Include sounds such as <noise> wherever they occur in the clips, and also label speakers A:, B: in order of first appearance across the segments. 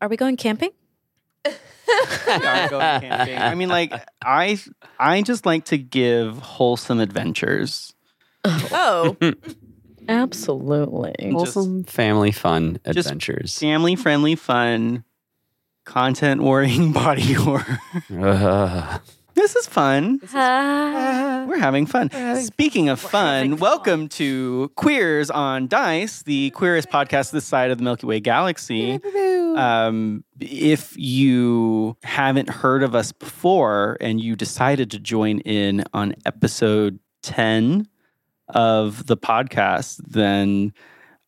A: Are we going camping?
B: Yeah, I'd go camping. I mean, like I, I just like to give wholesome adventures.
C: Oh,
A: Absolutely.
B: Just-
D: Wholesome family fun
B: Just
D: adventures. <laughs>
B: family friendly fun, content warring <laughs> body horror.
D: Ugh.
B: this is fun. <laughs>
A: Ah.
B: We're having fun. Speaking of fun, welcome to Queers on Dice, the queerest podcast this side of the Milky Way galaxy. Um, if you haven't heard of us before and you decided to join in on episode 10 of the podcast, then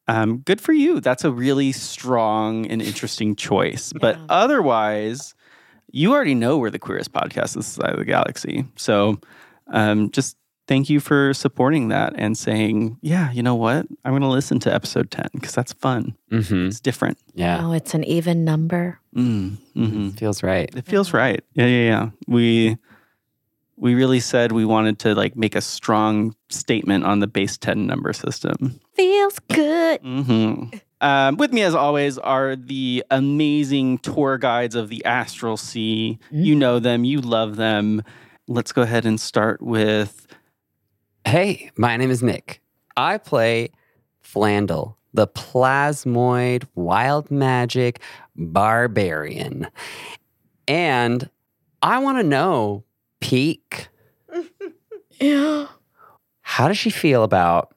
B: um, good for you. That's a really strong and interesting choice. But
A: Yeah.
B: otherwise, you already know we're the queerest podcast this side of the galaxy. So um, just thank you for supporting that and saying, yeah, you know what? I'm going to listen to episode 10 because that's fun.
D: hmm
B: It's different.
D: Yeah.
A: Oh, it's an even number.
B: Mm, hmm
D: Feels right.
B: It
C: Uh-huh.
B: feels right. Yeah, yeah, yeah. We we really said we wanted to like make a strong statement on the base 10 number system.
A: Feels good.
B: hmm
C: <laughs>
B: Um, with me, as always, are the amazing tour guides of the Astral Sea.
C: Mm-hmm.
A: Mm.
B: You know them, you love them. Let's go ahead and start with
D: Hey, my name is Nick. I play Flandel, the plasmoid wild magic barbarian. And I want to know, Peek,
A: Yeah.
D: how does she feel about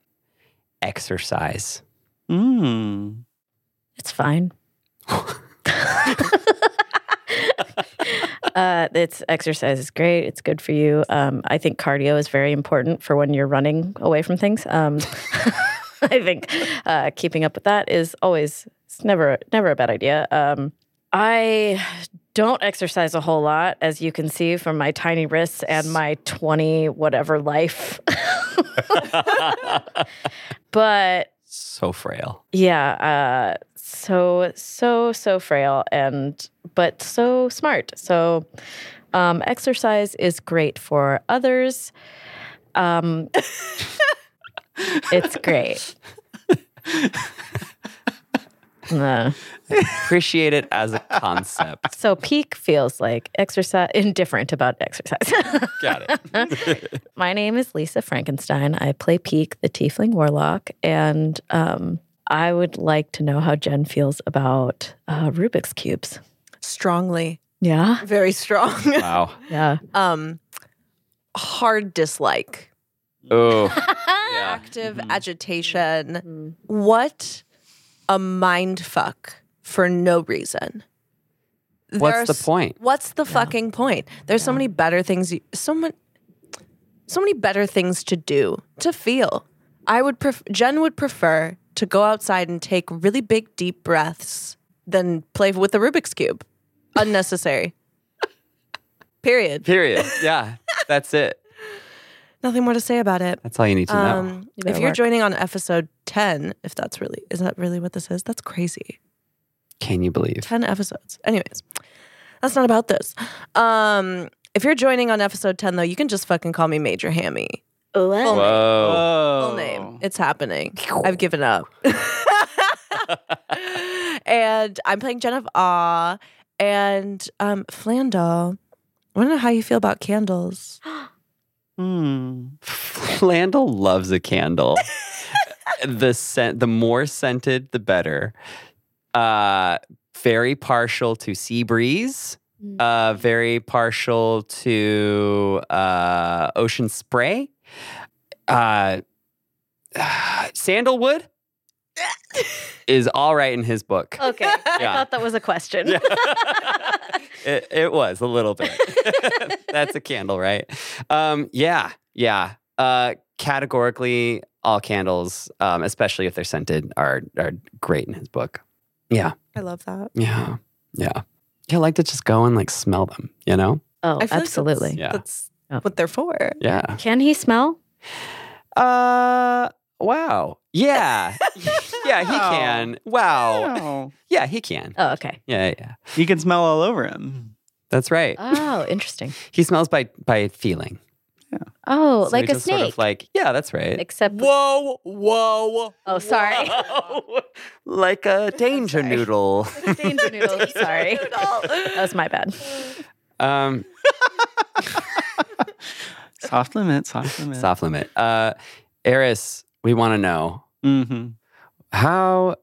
D: exercise?
B: mm,
A: It's fine. uh, it's exercise is great. It's good for you. Um, I think cardio is very important for when you're running away from things. Um, <laughs> I think uh, keeping up with that is always it's never never a bad idea. Um, I don't exercise a whole lot, as you can see from my tiny wrists and my twenty whatever life. <laughs> but
D: so frail.
A: yeah, uh, so so so frail and but so smart. So um, exercise is great for others. Um, it's great. Uh,
D: Appreciate it as a <laughs> concept.
A: so peak feels like exercise <laughs> indifferent about exercise. <laughs>
D: Got it. <laughs>
A: My name is Lisa Frankenstein. I play Peek, the Tiefling Warlock, and um, I would like to know how Jen feels about uh, Rubik's cubes.
C: strongly,
A: Yeah,
D: <laughs>
C: very strong.
D: Wow.
A: yeah.
C: <laughs> um, hard dislike,
D: Oh, Yeah. Mm-hmm.
C: active
B: Mhm.
C: agitation.
A: Mm.
C: Mm-hmm. What a mind fuck for no reason.
D: what's
C: There's-
D: the point?
C: What's the
A: Yeah.
C: fucking point? There's so
A: Yeah.
C: many better things. You, so many, so many better things to do to feel. I would. Pref- Jen would prefer to go outside and take really big deep breaths than play with the Rubik's cube. Unnecessary. <laughs> Period.
D: Period. Yeah, that's it.
C: Nothing more to say about it.
D: That's all you need to know.
C: Um,
A: You
C: if
A: better
C: you're
A: work.
C: joining on episode ten, if that's really is that really what this is? That's crazy.
D: Can you believe?
C: 10 episodes. Anyways, that's not about this. Um, if you're joining on episode 10, though, you can just fucking call me Major Hammy.
A: Well,
D: Whoa.
B: oh.
C: Full name. It's happening.
D: <laughs>
C: I've given up. <laughs> and I'm playing Jen of Awe. And um, Flandel, I want to know how you feel about candles.
B: Hmm.
D: Flandel loves a
C: <laughs>
D: candle. the scent, the more scented, the better. Uh, very partial to sea breeze. Uh, very partial to uh, ocean spray. Uh, <sighs>
C: <laughs>
D: sandalwood is all right in his book.
A: okay, I
D: Yeah.
A: thought that was a question. <laughs>
D: <laughs>
A: Oh,
D: Yeah. it, it was a little bit. <laughs> That's a candle, right? Um, yeah, yeah. Uh, categorically, all candles, um, especially if they're scented, are are great in his book. Yeah,
C: I love that.
D: yeah, yeah. Yeah, I like to just go and like smell them. You know?
A: Oh,
C: I feel like
A: absolutely.
C: That's,
D: Yeah.
C: that's
A: Yeah.
C: what they're for.
D: Yeah.
A: Can he smell?
D: Uh. Wow. <laughs> Yeah. yeah, he
B: Wow.
D: can. Wow.
B: Oh.
D: Yeah, he can.
A: Oh, okay.
D: Yeah, yeah.
B: You can smell all over him.
D: That's right.
A: <laughs> Oh, interesting.
D: He smells by by feeling. Oh,
E: So
D: like
E: we
D: a
E: just sort
D: snake.
E: of like, yeah, that's right.
D: Except
E: whoa, whoa.
D: Oh, <laughs> sorry.
E: whoa. like
D: <laughs>
E: a danger
D: sorry.
E: noodle.
A: Danger
C: <laughs>
A: noodles. <laughs> <laughs> Sorry, that was my bad.
E: Um,
B: Soft limit, soft limit.
E: soft limit. Uh, Eris, we want to know
B: Mm-hmm.
E: how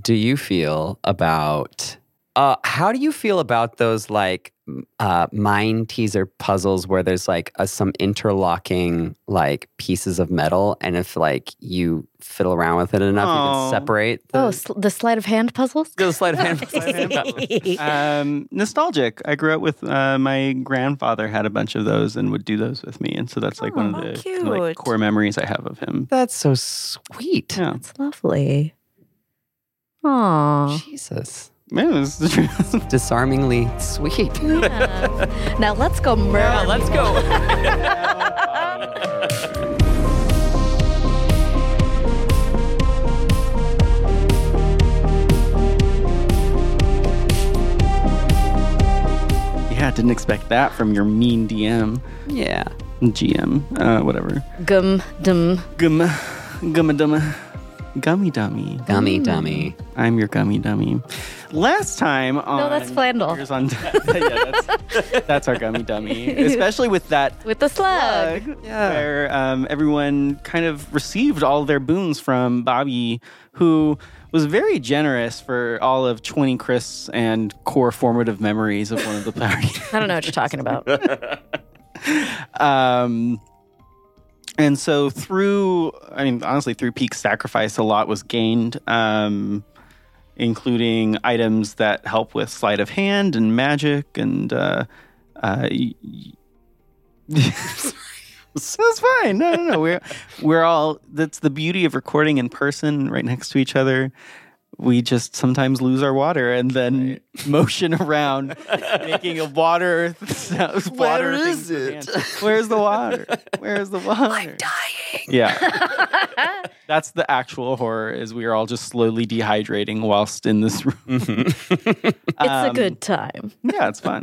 E: do you feel about uh, how do you feel about those like m- uh, mind teaser puzzles where there's like a, some interlocking like pieces of metal and if like you fiddle around with it enough you can
B: Oh.
E: separate the,
A: Oh, sl- the sleight of hand puzzles.
E: the sleight of hand, sleight of hand
A: <laughs>
D: <laughs>
E: puzzle.
A: That's
B: Um, nostalgic. I grew up with uh, my grandfather had a bunch of those and would do those with me, and so that's like one
C: Aw,
A: Oh,
B: of the kinda, like,
C: cute.
B: core memories I have of him.
E: that's so sweet
B: Yeah,
A: lovely. Aww.
E: jesus
B: yeah this is true. <laughs>
E: disarmingly sweet
A: Yeah. now let's go murder. let's go. <laughs>
B: yeah, didn't expect that from your mean DM,
E: yeah
B: GM, uh, whatever.
A: Gum dum.
B: Gum, gumma dumma, gummy dummy.
E: dummy dummy
B: I'm your gummy dummy. Last time on
A: that's Flandel.
B: Here's on- <laughs> yeah, that's, that's our gummy dummy.
A: <laughs>
B: Especially with that
A: With the slug.
B: plug where um, everyone kind of received all their boons from Bobby, who was very generous for all of 20 Chris and core formative memories of one of the parties.
A: <laughs> I don't know what you're talking about.
B: Um, and so through, I mean, honestly, through peak sacrifice, a lot was gained, um, including items that help with sleight of hand and magic and. Uh, uh, y- y- <laughs> That's fine. No, no, no. We're we're all. That's the beauty of recording in person, right next to each other. We just sometimes lose our water and then <laughs> motion around, making a water. <laughs> sound- water
E: Where
B: thing
E: is
B: with
E: it?
B: hand. Where's the water?
E: <laughs>
B: Where's the water? I'm dying. Yeah. That's the actual horror. Is we are all just slowly dehydrating whilst in this room.
A: It's a good time.
B: Yeah, it's fun.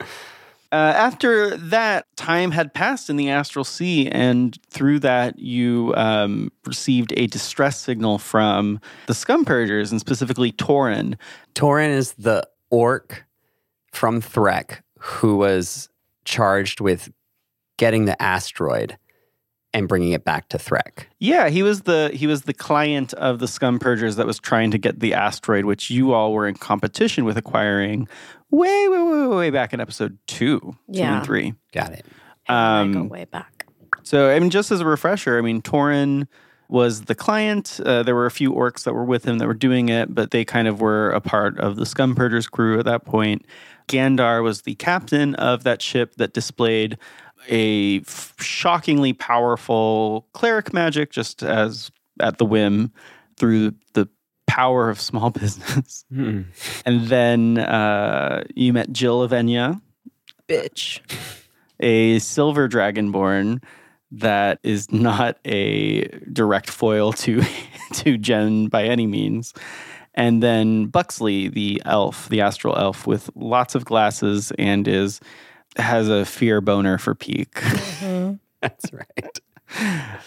B: Uh, after that, time had passed in the astral sea, and through that, you um, received a distress signal from the scum purgers, and specifically Torin.
E: Torin is the orc from Threk who was charged with getting the asteroid and bringing it back to Threk.
B: Yeah, he was the he was the client of the scum purgers that was trying to get the asteroid, which you all were in competition with acquiring way, way, way, way, way back in episode two, two
A: Yeah.
B: and three.
E: Got it.
A: I go
B: Um,
A: way back.
B: So, I mean, just as a refresher, I mean, Torin was the client. Uh, there were a few orcs that were with him that were doing it, but they kind of were a part of the Scum Purgers crew at that point. Gandar was the captain of that ship that displayed a f- shockingly powerful cleric magic, just as at the whim through the power of small <laughs> business. and then uh, you met Jill Avenia
C: Bitch.
B: a silver dragonborn that is not a direct foil to <laughs> to Jen by any means. And then Buxley, the elf, the astral elf with lots of glasses and is has a fear boner for Peak. <laughs>
E: That's right.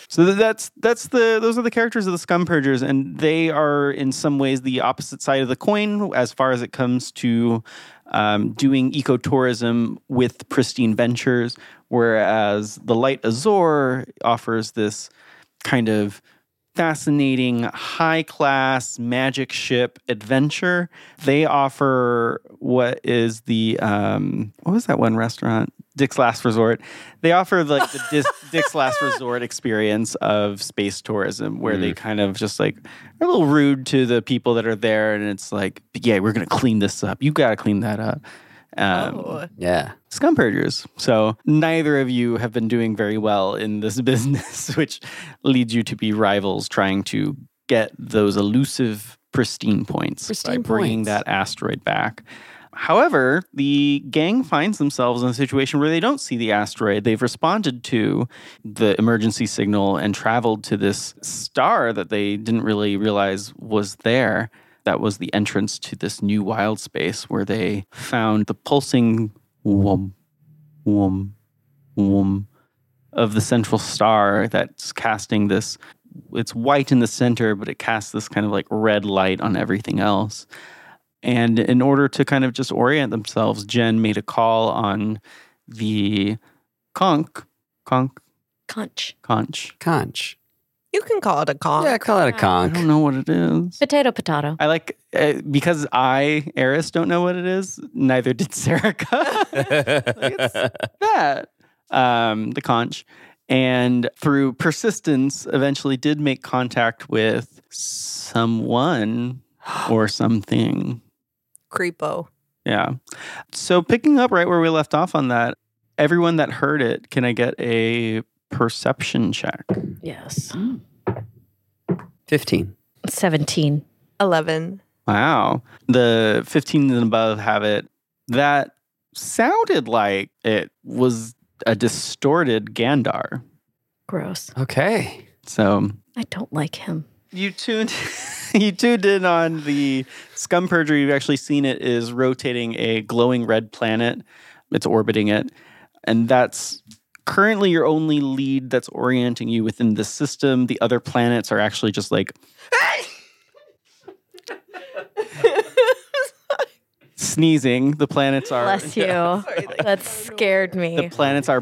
B: So th- that's that's the those are the characters of the Scum Purgers, and they are in some ways the opposite side of the coin as far as it comes to um, doing ecotourism with pristine ventures, whereas the Light Azor offers this kind of fascinating high class magic ship adventure. They offer what is the um, what was that one restaurant? Dick's Last Resort. They offer like the Dis- Dick's Last Resort experience of space tourism, where they kind of just like are a little rude to the people that are there, and it's like, yeah, we're gonna clean this up. You gotta clean that up. Um,
E: Yeah.
B: scum purgers. So neither of you have been doing very well in this <laughs> business, which leads you to be rivals trying to get those elusive pristine points
E: Pristine
B: by bringing
E: points.
B: that asteroid back. However, the gang finds themselves in a situation where they don't see the asteroid. They've responded to the emergency signal and traveled to this star that they didn't really realize was there. That was the entrance to this new wild space where they found the pulsing wom, wom, wom of the central star that's casting this. It's white in the center, but it casts this kind of like red light on everything else. And in order to kind of just orient themselves, Jen made a call on the conch, conch,
A: Conch.
B: conch.
D: Conch.
C: You can call it a conch.
D: Yeah, call it a
A: Yeah.
B: I
E: <laughs>
B: don't
D: conch.
B: know what it is.
A: Potato, potato.
B: I like uh, because I, Eris, don't know what it is. Neither did <laughs> Serica. that um, the conch, and through persistence, eventually did make contact with someone or something.
C: Creepo.
B: Yeah. So picking up right where we left off on that, everyone that heard it, can I get a perception check?
A: Yes.
D: 15.
A: 17.
C: 11.
B: Wow. The 15 and above have it. That sounded like it was a distorted Gandar.
A: Gross.
D: Okay.
B: So
A: I don't like him.
B: you tuned <laughs> you tuned in on the scum perjury you've actually seen it is rotating a glowing red planet it's orbiting it and that's currently your only lead that's orienting you within the system the other planets are actually
A: <laughs>
B: just like sneezing the planets are
A: Bless
B: <laughs>
A: you. that scared <laughs>
B: the
A: me.
B: planets are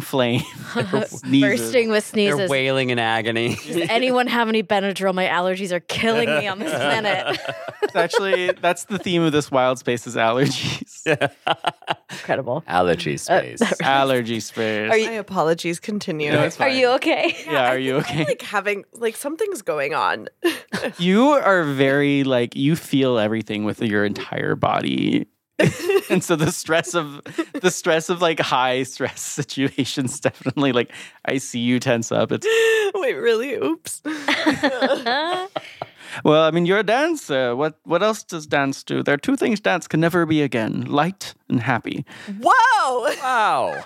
A: <laughs>
B: flame sneezes.
A: Bursting with
D: They're
A: sneezes.
D: wailing
B: <laughs>
D: in agony.
A: Does <laughs> anyone have any Benadryl? My allergies are killing me on this planet.
B: It's actually that's the theme of this wild spaces allergies
A: Incredible.
B: Uh,
D: Allergy space.
B: allergy space
C: Are you, My apologies continue.
B: No, it's
A: Are
B: fine.
A: you okay? <laughs>
B: yeah are you okay <laughs>
C: like having like something's going on. <laughs>
B: You are very like you feel everything with your entire body. and so the stress of the stress of like high stress <laughs> situations definitely like I see you tense up. It's
C: Wait, really? Oops. <laughs>
B: well, I mean you're a dancer. What what else does dance do? There are two things dance can never be again. Light and happy.
C: Whoa.
D: Wow.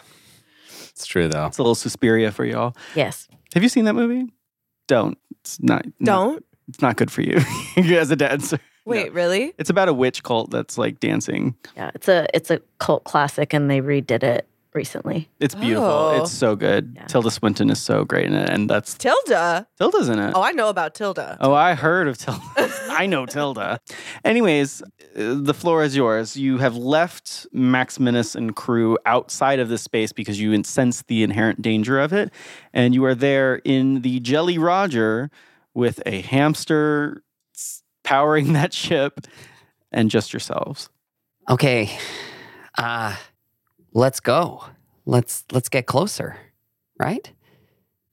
D: It's true, though.
B: It's a little Suspiria for y'all.
A: yes.
B: Have you seen that movie? Don't. It's not no,
C: Don't.
B: it's not good for you <laughs> as a dancer.
C: Wait, really?
B: It's about a witch cult that's like dancing.
A: Yeah. It's a it's a cult classic and they redid it recently.
B: It's beautiful.
C: Oh.
B: It's so good.
A: Yeah.
B: Tilda Swinton is so great in it, and that's
C: Tilda.
B: Tilda's in it.
C: Oh, I know about Tilda.
B: Oh, I heard of Tilda. I know Tilda. Anyways, uh, the floor is yours. You have left Max Minus and crew outside of this space because you sense the inherent danger of it, and you are there in the Jelly Roger with a hamster s- powering <laughs> that ship, and just yourselves.
D: Okay. Uh let's go. Let's let's get closer. Right?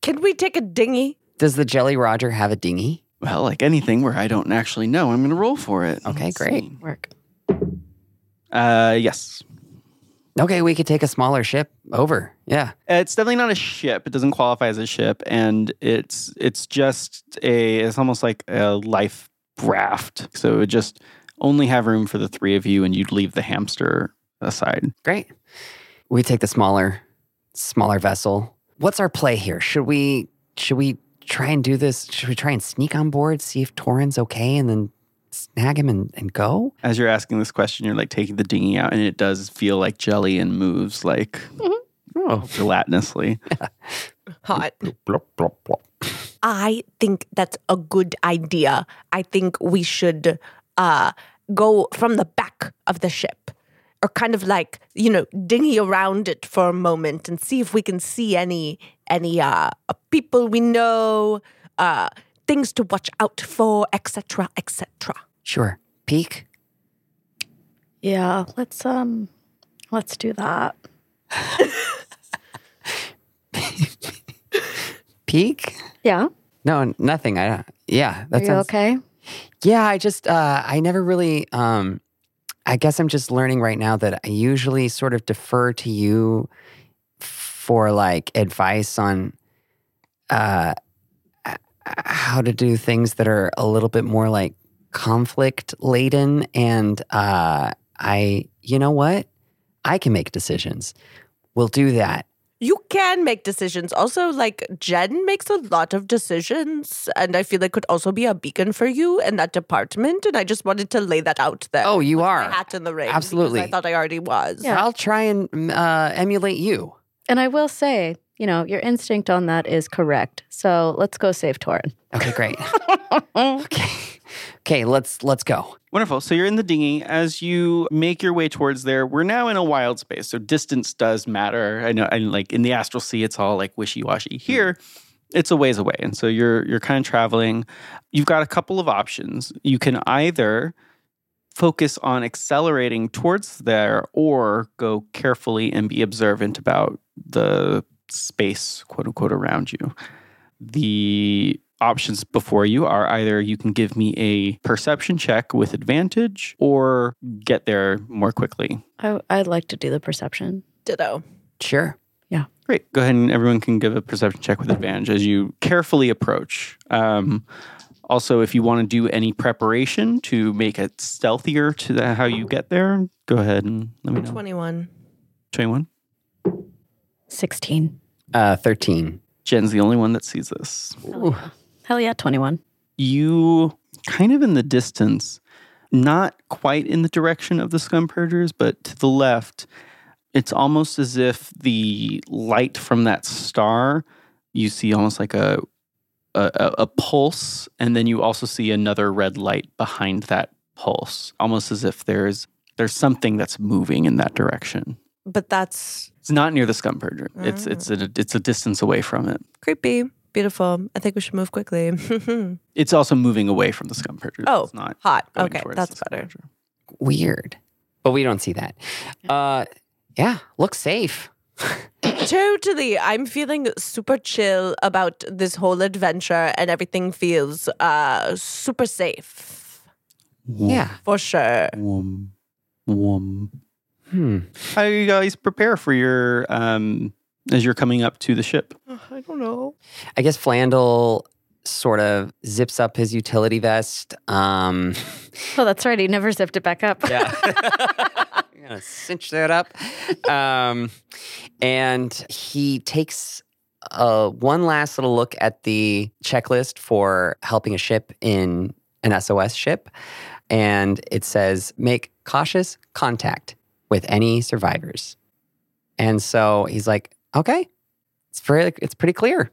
C: Can we take a dinghy?
D: Does the Jelly Roger have a dinghy?
B: Well, like anything where I don't actually know, I'm going to roll for it.
D: Okay,
B: Let's
D: great.
B: see.
A: Work.
B: Uh, yes.
D: Okay, we could take a smaller ship over. Yeah.
B: It's definitely not a ship. It doesn't qualify as a ship, and it's it's just a it's almost like a life raft. So it would just only have room for the three of you, and you'd leave the hamster aside.
D: Great. We take the smaller smaller vessel. What's our play here? Should we should we try and do this? Should we try and sneak on board, see if Torrin's okay and then snag him and, and go?
B: As you're asking this question, you're like taking the dinghy out, and it does feel like jelly and moves like
D: Oh.
B: gelatinously.
C: Hot. I think that's a good idea. I think we should uh, go from the back of the ship or kind of like, you know, dinghy around it for a moment and see if we can see any any uh, people we know, uh, things to watch out for, etc., etc.
D: Sure. Peek.
A: Yeah. Let's um let's do that.
D: Peek?
A: Yeah.
D: No, nothing. I yeah, that
A: Are you
D: sounds
A: okay?
D: Yeah, I just uh, I never really. Um, I guess I'm just learning right now that I usually sort of defer to you for like advice on uh, h- how to do things that are a little bit more like conflict laden, and uh, I, you know what, I can make decisions. We'll do that.
C: You can make decisions. Also, like Jen makes a lot of decisions, and I feel it could also be a beacon for you in that department. And I just wanted to lay that out there.
D: Oh, you
C: my
D: are.
C: hat in the ring. because
D: Absolutely.
C: I thought I already was.
A: Yeah.
D: I'll try and uh, emulate you.
A: And I will say, you know, your instinct on that is correct. So let's go save Torin.
D: Okay, great. okay. Okay, let's let's go.
B: Wonderful. So you're in the dinghy. As you make your way towards there, we're now in a wild space. So distance does matter. I know, and like in the astral sea, it's all like wishy washy. Here, it's a ways away, and so you're you're kind of traveling. You've got a couple of options. You can either focus on accelerating towards there, or go carefully and be observant about the space, quote unquote, around you. The options before you are either you can give me a perception check with advantage or get there more quickly.
A: I, I'd like to do the perception.
C: Ditto.
D: Sure.
B: Great. Go ahead and everyone can give a perception check with advantage as you carefully approach. Um, also, if you want to do any preparation to make it stealthier to the, how you get there, go ahead and let me know.
C: 21.
B: 21.
A: 16.
D: Uh 13.
B: Jen's the only one that sees this.
A: Hell yeah, 21.
B: you kind of in the distance, not quite in the direction of the scum purgers, but to the left, it's almost as if the light from that star, you see almost like a a, a- a pulse, and then you also see another red light behind that pulse, almost as if there's there's something that's moving in that direction.
C: But that's
B: It's not near the scum purger.
C: Mm.
B: It's it's a, it's a distance away from it.
C: creepy. Beautiful. I think we should move quickly. <laughs>
B: It's also moving away from the scum purger.
C: Oh,
B: it's not
C: Hot.
B: going
C: okay,
B: towards the
C: that's
B: scum
C: better.
B: purger.
D: Weird. But we don't see that. Uh yeah, looks safe. <laughs>
C: Totally. I'm feeling super chill about this whole adventure and everything feels uh super safe.
D: Yeah.
C: For sure.
B: Wum, wum.
D: Hmm.
B: How do you guys prepare for your um as you're coming up to the ship?
C: I don't know.
D: I guess Flandel sort of zips up his utility vest. Um,
A: Oh, that's right. He never zipped it back up.
D: <laughs> yeah. I'm going to cinch that up. Um, and he takes uh, one last little look at the checklist for helping a ship in an SOS ship. And it says make cautious contact with any survivors. And so he's like, okay, it's, very, it's pretty clear.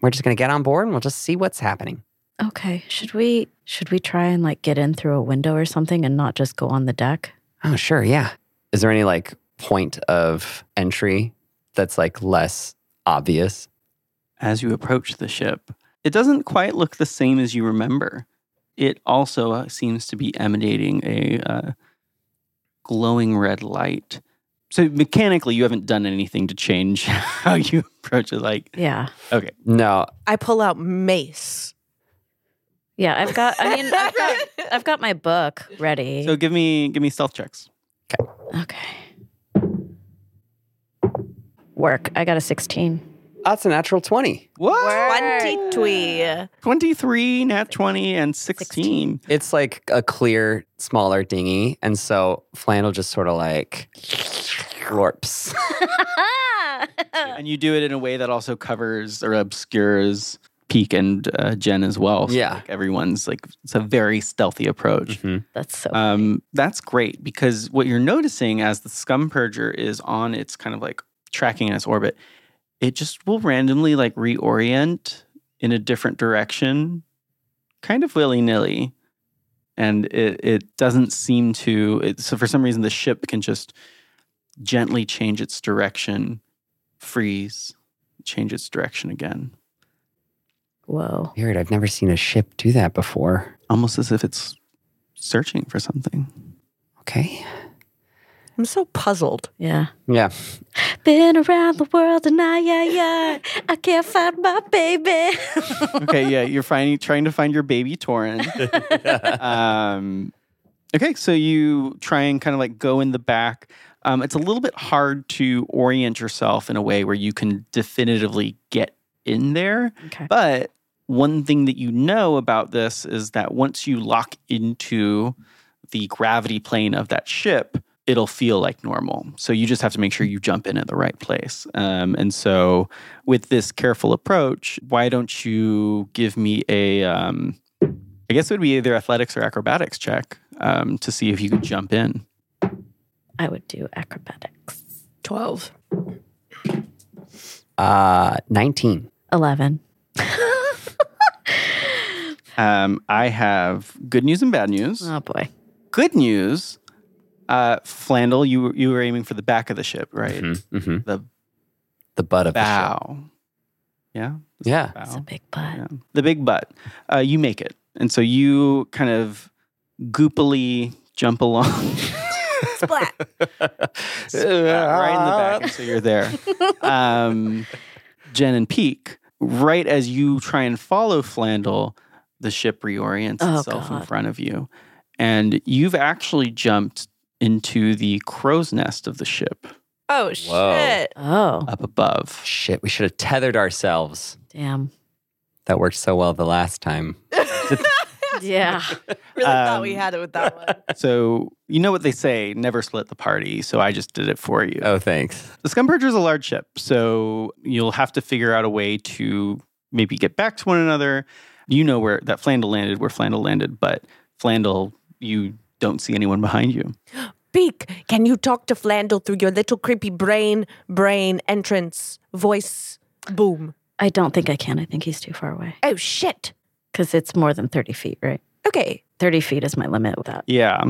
D: We're just going to get on board and we'll just see what's happening.
A: Okay. Should we should we try and like get in through a window or something and not just go on the deck?
D: Oh, sure. Yeah. Is there any like point of entry that's like less obvious?
B: As you approach the ship, it doesn't quite look the same as you remember. It also uh, seems to be emanating a uh, glowing red light. So mechanically, you haven't done anything to change <laughs> how you approach it. Like,
A: Yeah.
D: No.
C: I pull out mace.
A: Yeah, I've got I mean
C: <laughs>
A: I've got I've got my book ready.
B: so give me give me stealth checks.
A: okay. Work. I got a 16.
D: That's a natural 20.
B: What?
C: 22.
B: Twenty three, nat twenty, and sixteen.
D: It's like a clear, smaller dinghy. And so flannel just sort of like warps.
A: Uh.
B: And you do it in a way that also covers or obscures Peek and uh, Jen as well. So,
D: Yeah.
B: like, everyone's like it's a very stealthy approach.
A: <laughs> That's so
B: Um, that's great because what you're noticing as the scum purger is on its kind of like tracking in its orbit, it just will randomly like reorient in a different direction, kind of willy nilly. And it, it doesn't seem to, it, so for some reason, the ship can just gently change its direction, freeze, change its direction again,
A: whoa.
D: Weird. I've never seen a ship do that before.
B: almost as if it's searching for something.
D: Okay.
C: I'm so puzzled.
A: Yeah.
B: <laughs>
D: Yeah. <laughs>
A: Been around the world and I yeah yeah. I can't find my baby. <laughs>
B: okay, yeah, you're finding trying to find your baby Torin. um, okay, so you try and kind of like go in the back. Um, it's a little bit hard to orient yourself in a way where you can definitively get in there.
A: okay.
B: But one thing that you know about this is that once you lock into the gravity plane of that ship, it'll feel like normal. So you just have to make sure you jump in at the right place. Um, and so, with this careful approach, why don't you give me a? Um, I guess it would be either athletics or acrobatics check um, to see if you could jump in.
A: I would do acrobatics.
C: 12.
D: Uh, 19.
A: 11.
B: Um, I have good news and bad news.
A: <laughs> Oh, boy.
B: Good news, uh, Flandel, you were- you were aiming for the back of the ship, right?
D: Mm-hmm. hmm
B: The
D: The butt of the ship.
B: bow. Yeah,
D: Yeah.
A: It's a
B: bow.
A: big butt.
B: Yeah. The big butt. Uh, you make it, and so you kind of goopily jump along <laughs>
C: Splat.
B: right in the back, and so
A: <laughs>
B: you're there. Um, Jen and Peek, right as you try and follow Flandel, the ship reorients
A: Oh,
B: itself in
A: God.
B: front of you, and you've actually jumped into the crow's nest of the ship
C: Oh
D: Whoa.
C: shit.
A: Oh,
B: up above.
D: Shit, we should have tethered ourselves.
A: damn.
D: That worked so well the last time.
A: Yeah.
C: <laughs> Really thought we
B: Um,
C: had it with that one.
B: So you know what they say: never split the party. So I just did it for you.
D: Oh, thanks.
B: The Scumperger is a large ship, so you'll have to figure out a way to maybe get back to one another. You know where that Flandel landed, where Flandel landed, but Flandel, you don't see anyone behind you.
C: Beak, can you talk to Flandel through your little creepy brain, brain entrance, voice, boom?
A: I don't think I can. I think he's too far away
C: Oh shit.
A: because it's more than 30 feet, right?
C: Okay.
A: 30 feet is my limit with that.
B: Yeah,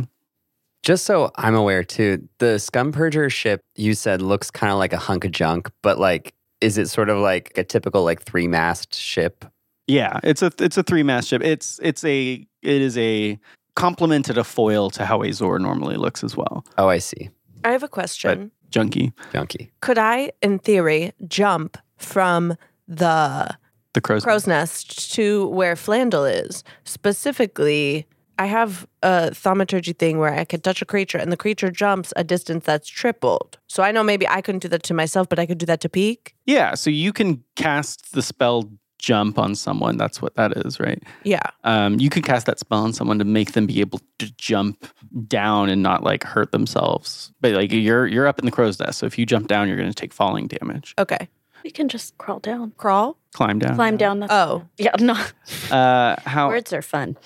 D: Just so I'm aware too, the Scum Purger ship you said looks kind of like a hunk of junk, but like, is it sort of like a typical like three mast ship?
B: yeah. It's a it's a three mast ship. It's it's a it is a complement and a foil to how Azor normally looks as well.
D: Oh, I see.
C: I have a question.
B: Junkie,
D: Junkie.
C: Could I, in theory, jump from the
B: the crow's.
C: crow's nest to where Flandel is? Specifically, I have a thaumaturgy thing where I could touch a creature and the creature jumps a distance that's tripled. So I know maybe I couldn't do that to myself, but I could do that to Peak.
B: Yeah, so you can cast the spell jump on someone. That's what that is, right?
C: Yeah.
B: um, you could cast that spell on someone to make them be able to jump down and not like hurt themselves. But like you're you're up in the crow's nest, so if you jump down, you're going to take falling damage.
C: Okay.
A: We can just crawl down,
C: Crawl?
B: Climb down.
A: Oh. climb down. That's,
C: Oh.
A: yeah, no.
B: Uh, however,
A: Words are fun.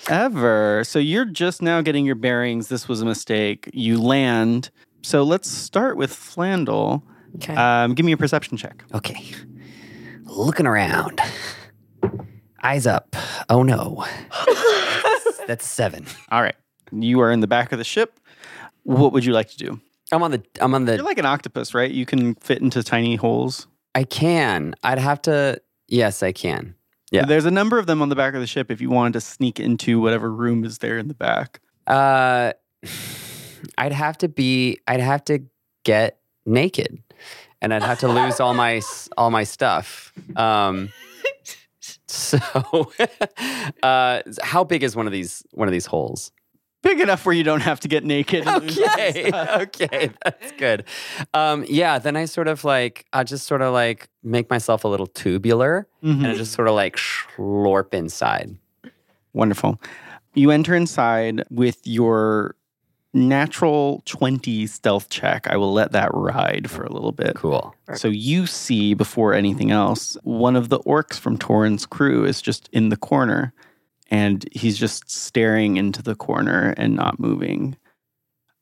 B: so you're just now getting your bearings. This was a mistake. You land. So let's start with Flandel.
A: Okay.
B: Um, give me a perception check.
D: Okay. Looking around. Eyes up. Oh no. That's seven.
B: All right, you are in the back of the ship. What would you like to do?
D: I'm on the I'm on
B: You're
D: the
B: like an octopus, right? You can fit into tiny holes.
D: I can. I'd have to yes, I can. Yeah.
B: There's a number of them on the back of the ship if you wanted to sneak into whatever room is there in the back.
D: Uh I'd have to be I'd have to get naked. And I'd have to lose all my s- all my stuff. Um so <laughs> uh how big is one of these one of these holes?
B: Big enough where you don't have to get naked. and lose all your
D: okay <laughs>
B: stuff.
D: okay that's good um yeah then i sort of like i just sort of like make myself a little tubular and i
B: Mhm.
D: just sort of like slurp inside
B: Wonderful. You enter inside with your natural 20 stealth check. I will let that ride for a little bit.
D: cool
B: So you see before anything else, one of the orcs from Torin's crew is just in the corner and he's just staring into the corner and not moving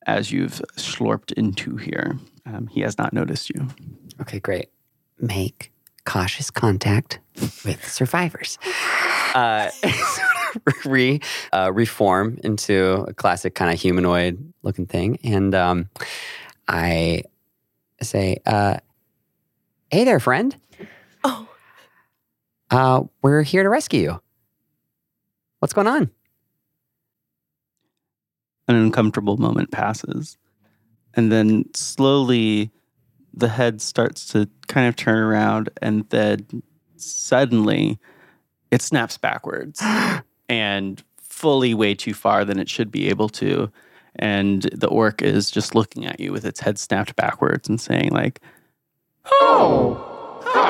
B: as you've slorped into here. Um, he has not noticed you.
D: okay great make cautious contact with survivors uh <laughs> re uh, reform into a classic kind of humanoid looking thing and um i say uh hey there friend
C: Oh.
D: uh, we're here to rescue you. What's going on?
B: An uncomfortable moment passes. And then slowly the head starts to kind of turn around and then suddenly it snaps backwards. and fully way too far than it should be able to. And the orc is just looking at you with its head snapped backwards and saying, like,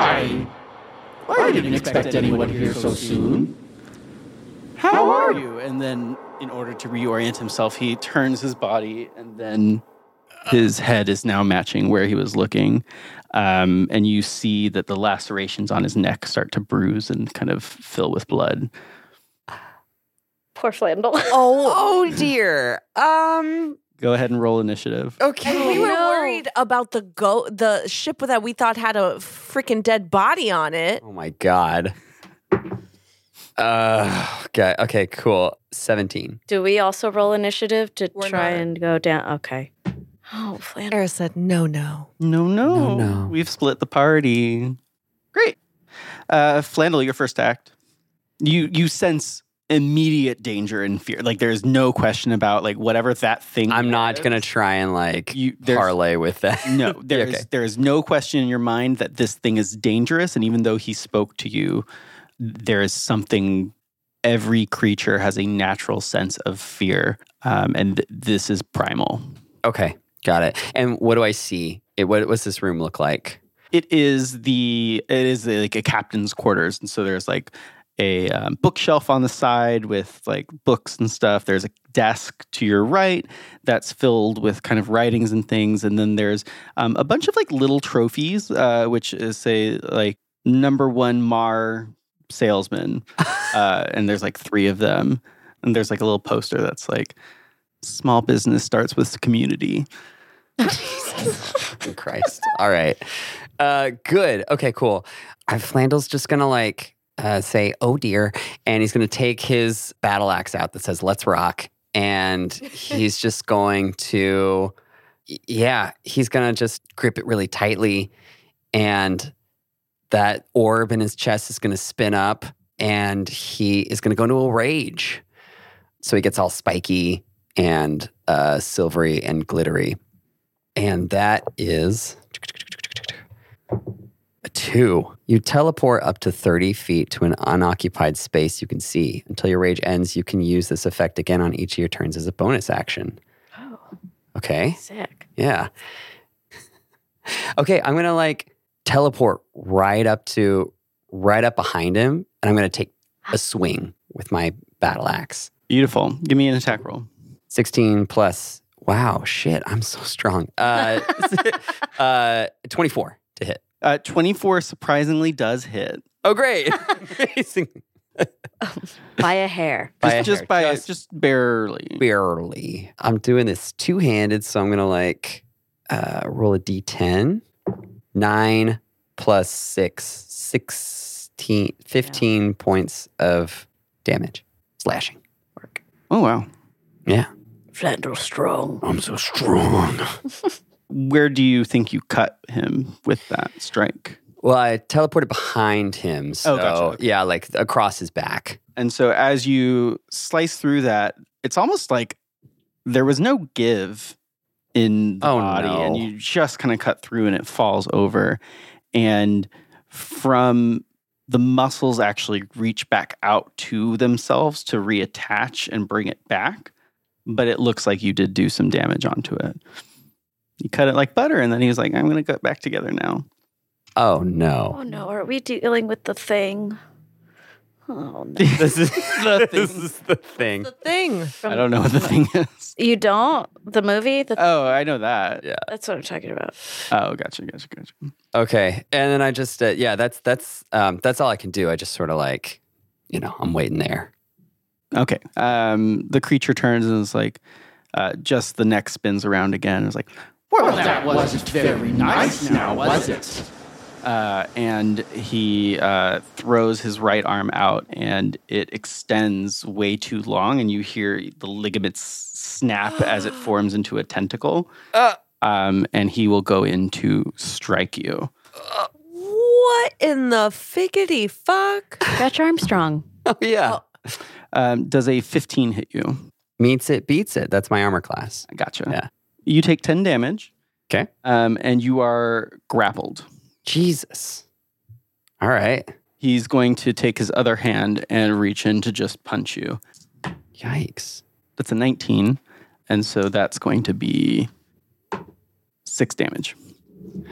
B: Oh, hi. I didn't expect anyone here so soon. How are you? And then, in order to reorient himself, he turns his body and then his head is now matching where he was looking. Um, and you see that the lacerations on his neck start to bruise and kind of fill with blood.
A: Poor Flandel.
D: Oh, oh dear. Um,
B: Go ahead and roll initiative.
C: And we were
A: no.
C: worried about the go the ship that we thought had a freaking dead body on it.
D: Oh my god. Uh, okay. Okay. Cool. Seventeen.
A: <laughs> Do we also roll initiative to
C: We're
A: try
C: not.
A: and go down? Okay. Oh, Flanders.
C: Era said, "No, no."
B: No, no,
D: No, no.
B: We've split the party. Great. Uh, Flandel, your first act. You you sense immediate danger and fear. Like there's no question about like whatever that thing.
D: I'm not gonna try and like
B: You- there's-
D: parlay with that. <laughs>
B: No, <laughs>
D: Yeah,
B: there is there is no question in your mind that this thing is dangerous. And even though he spoke to you, there is something. Every creature has a natural sense of fear, um, and th- this is primal.
D: Okay. Got it. And what do I see? It, what what's this room look like?
B: it is the it is the, like a captain's quarters and so there's like a um, bookshelf on the side with like books and stuff there's a desk to your right that's filled with kind of writings and things and then there's um, a bunch of like little trophies uh, which is say like number one mar salesman uh, and there's like three of them and there's like a little poster that's like small business starts with community
D: <laughs> Oh, Christ. All right. Uh, good. Okay, cool. Uh, Flandel's just going to like uh, say, oh dear. And he's going to take his battle axe out that says, let's rock. And he's just going to, y- yeah, he's going to just grip it really tightly. And that orb in his chest is going to spin up and he is going to go into a rage. So he gets all spiky and uh, silvery and glittery. And that is a two. You teleport up to 30 feet to an unoccupied space you can see. Until your rage ends, you can use this effect again on each of your turns as a bonus action.
A: Oh,
D: Okay.
A: sick.
D: Yeah. <laughs> okay, I'm gonna like teleport right up to right up behind him, and I'm gonna take a swing with my battle axe.
B: beautiful give me an attack roll
D: 16 plus. Wow, shit, I'm so strong. Uh, <laughs> uh, 24 to hit.
B: Uh, 24 surprisingly does hit.
D: Oh,
B: <laughs>
D: great. Amazing.
A: By a hair.
D: By a
B: just just
D: hair,
B: by
D: just
B: just, barely.
D: barely. I'm doing this two handed, so I'm gonna like uh, roll a d10. Nine plus six, 16, 15 points of damage. Slashing work.
B: Oh wow.
A: Flanders strong.
D: I'm so strong.
B: Where do you think you cut him with that strike?
D: Well, I teleported behind him. So,
B: Oh, gotcha, okay.
D: yeah, like across his back.
B: And so as you slice through that, it's almost like there was no give in the
D: Oh,
B: body
D: no.
B: and you just kind of cut through and it falls over and from the muscles actually reach back out to themselves to reattach and bring it back, but it looks like you did do some damage onto it. You cut it like butter and then he was like, "I'm going to cut back together now."
D: Oh, no.
B: <laughs>
A: Oh no, are we dealing with the thing? Oh no.
D: <laughs> This is
B: The
D: this
B: thing.
D: is the thing.
C: The thing.
B: I don't know what the thing <laughs> is.
A: You don't? The movie? The,
B: Oh, I know that.
D: Yeah.
A: that's what I'm talking about.
B: Oh, gotcha, gotcha, gotcha.
D: Okay, and then I just uh, yeah, that's that's um, that's all I can do. I just sort of like, you know, I'm waiting there. <laughs>
B: Okay. Um, the creature turns and is like, uh, just the neck spins around again. It's like, well, that, wasn't very nice now, was it? Uh, and he uh, throws his right arm out and it extends way too long, and you hear the ligaments snap as it forms into a tentacle. Um, and he will go in to strike you.
C: What in the figgity fuck?
F: Stretch Armstrong.
D: Oh yeah,
B: Um, does a 15 hit you?
D: meets it, beats it. That's my armor class.
B: Gotcha.
D: Yeah.
B: You take 10 damage.
D: 'Kay.
B: Um, and you are grappled.
D: Jesus. All right.
B: He's going to take his other hand and reach in to just punch you.
D: Yikes.
B: That's a 19. And so that's going to be six damage.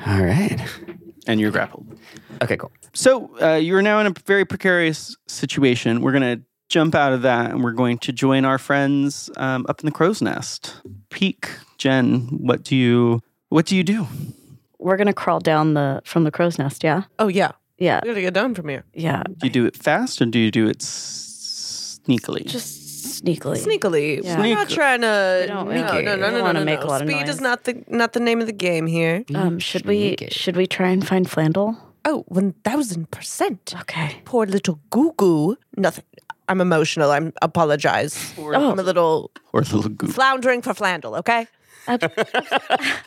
D: All right. <laughs>
B: And you're grappled.
D: Okay. Cool.
B: So uh, you're now in a very precarious situation. We're going to jump out of that and we're going to join our friends um, up in the crow's nest. Peek, Jen, what do you. What do you do?
F: We're gonna crawl down the from the crow's nest. Yeah,
C: Oh yeah,
F: yeah,
C: we gotta get down from here.
F: yeah.
B: Do you do it fast or do you do it s- sneakily?
A: Just Sneakily.
C: Sneakily,
A: Yeah.
C: we're not
B: Sneak-
C: trying to.
A: We don't- we
C: no,
A: don't-
C: no,
A: we
C: no,
A: don't
C: no, no,
A: wanna
C: no,
A: make
C: no.
A: a lot of
C: Speed
A: noise.
C: is not the not the name of the game here.
A: Um, should we
G: Sneaky.
A: should we try and find Flandel?
C: Oh, one thousand percent.
A: Okay.
C: Poor little Goo Goo. Nothing. I'm emotional. I'm apologize.
A: Oh,
C: I'm a little
B: Or little goop.
C: Oh. floundering for Flandel. Okay.
A: <laughs>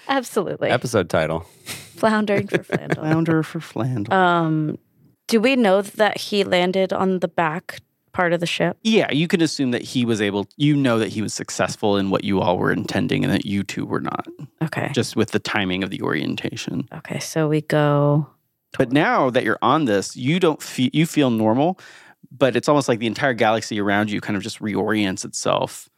A: Absolutely.
D: Episode title.
A: Floundering for
B: <laughs>
A: Flandel.
B: Flounder for flandel.
A: um, do we know that he landed on the back part of the ship?
B: yeah, you can assume that he was able, you know that he was successful in what you all were intending and that you two were not,
A: Okay.
B: just with the timing of the orientation.
A: Okay. So we go.
B: But now that you're on this, you don't feel you feel normal, but it's almost like the entire galaxy around you kind of just reorients itself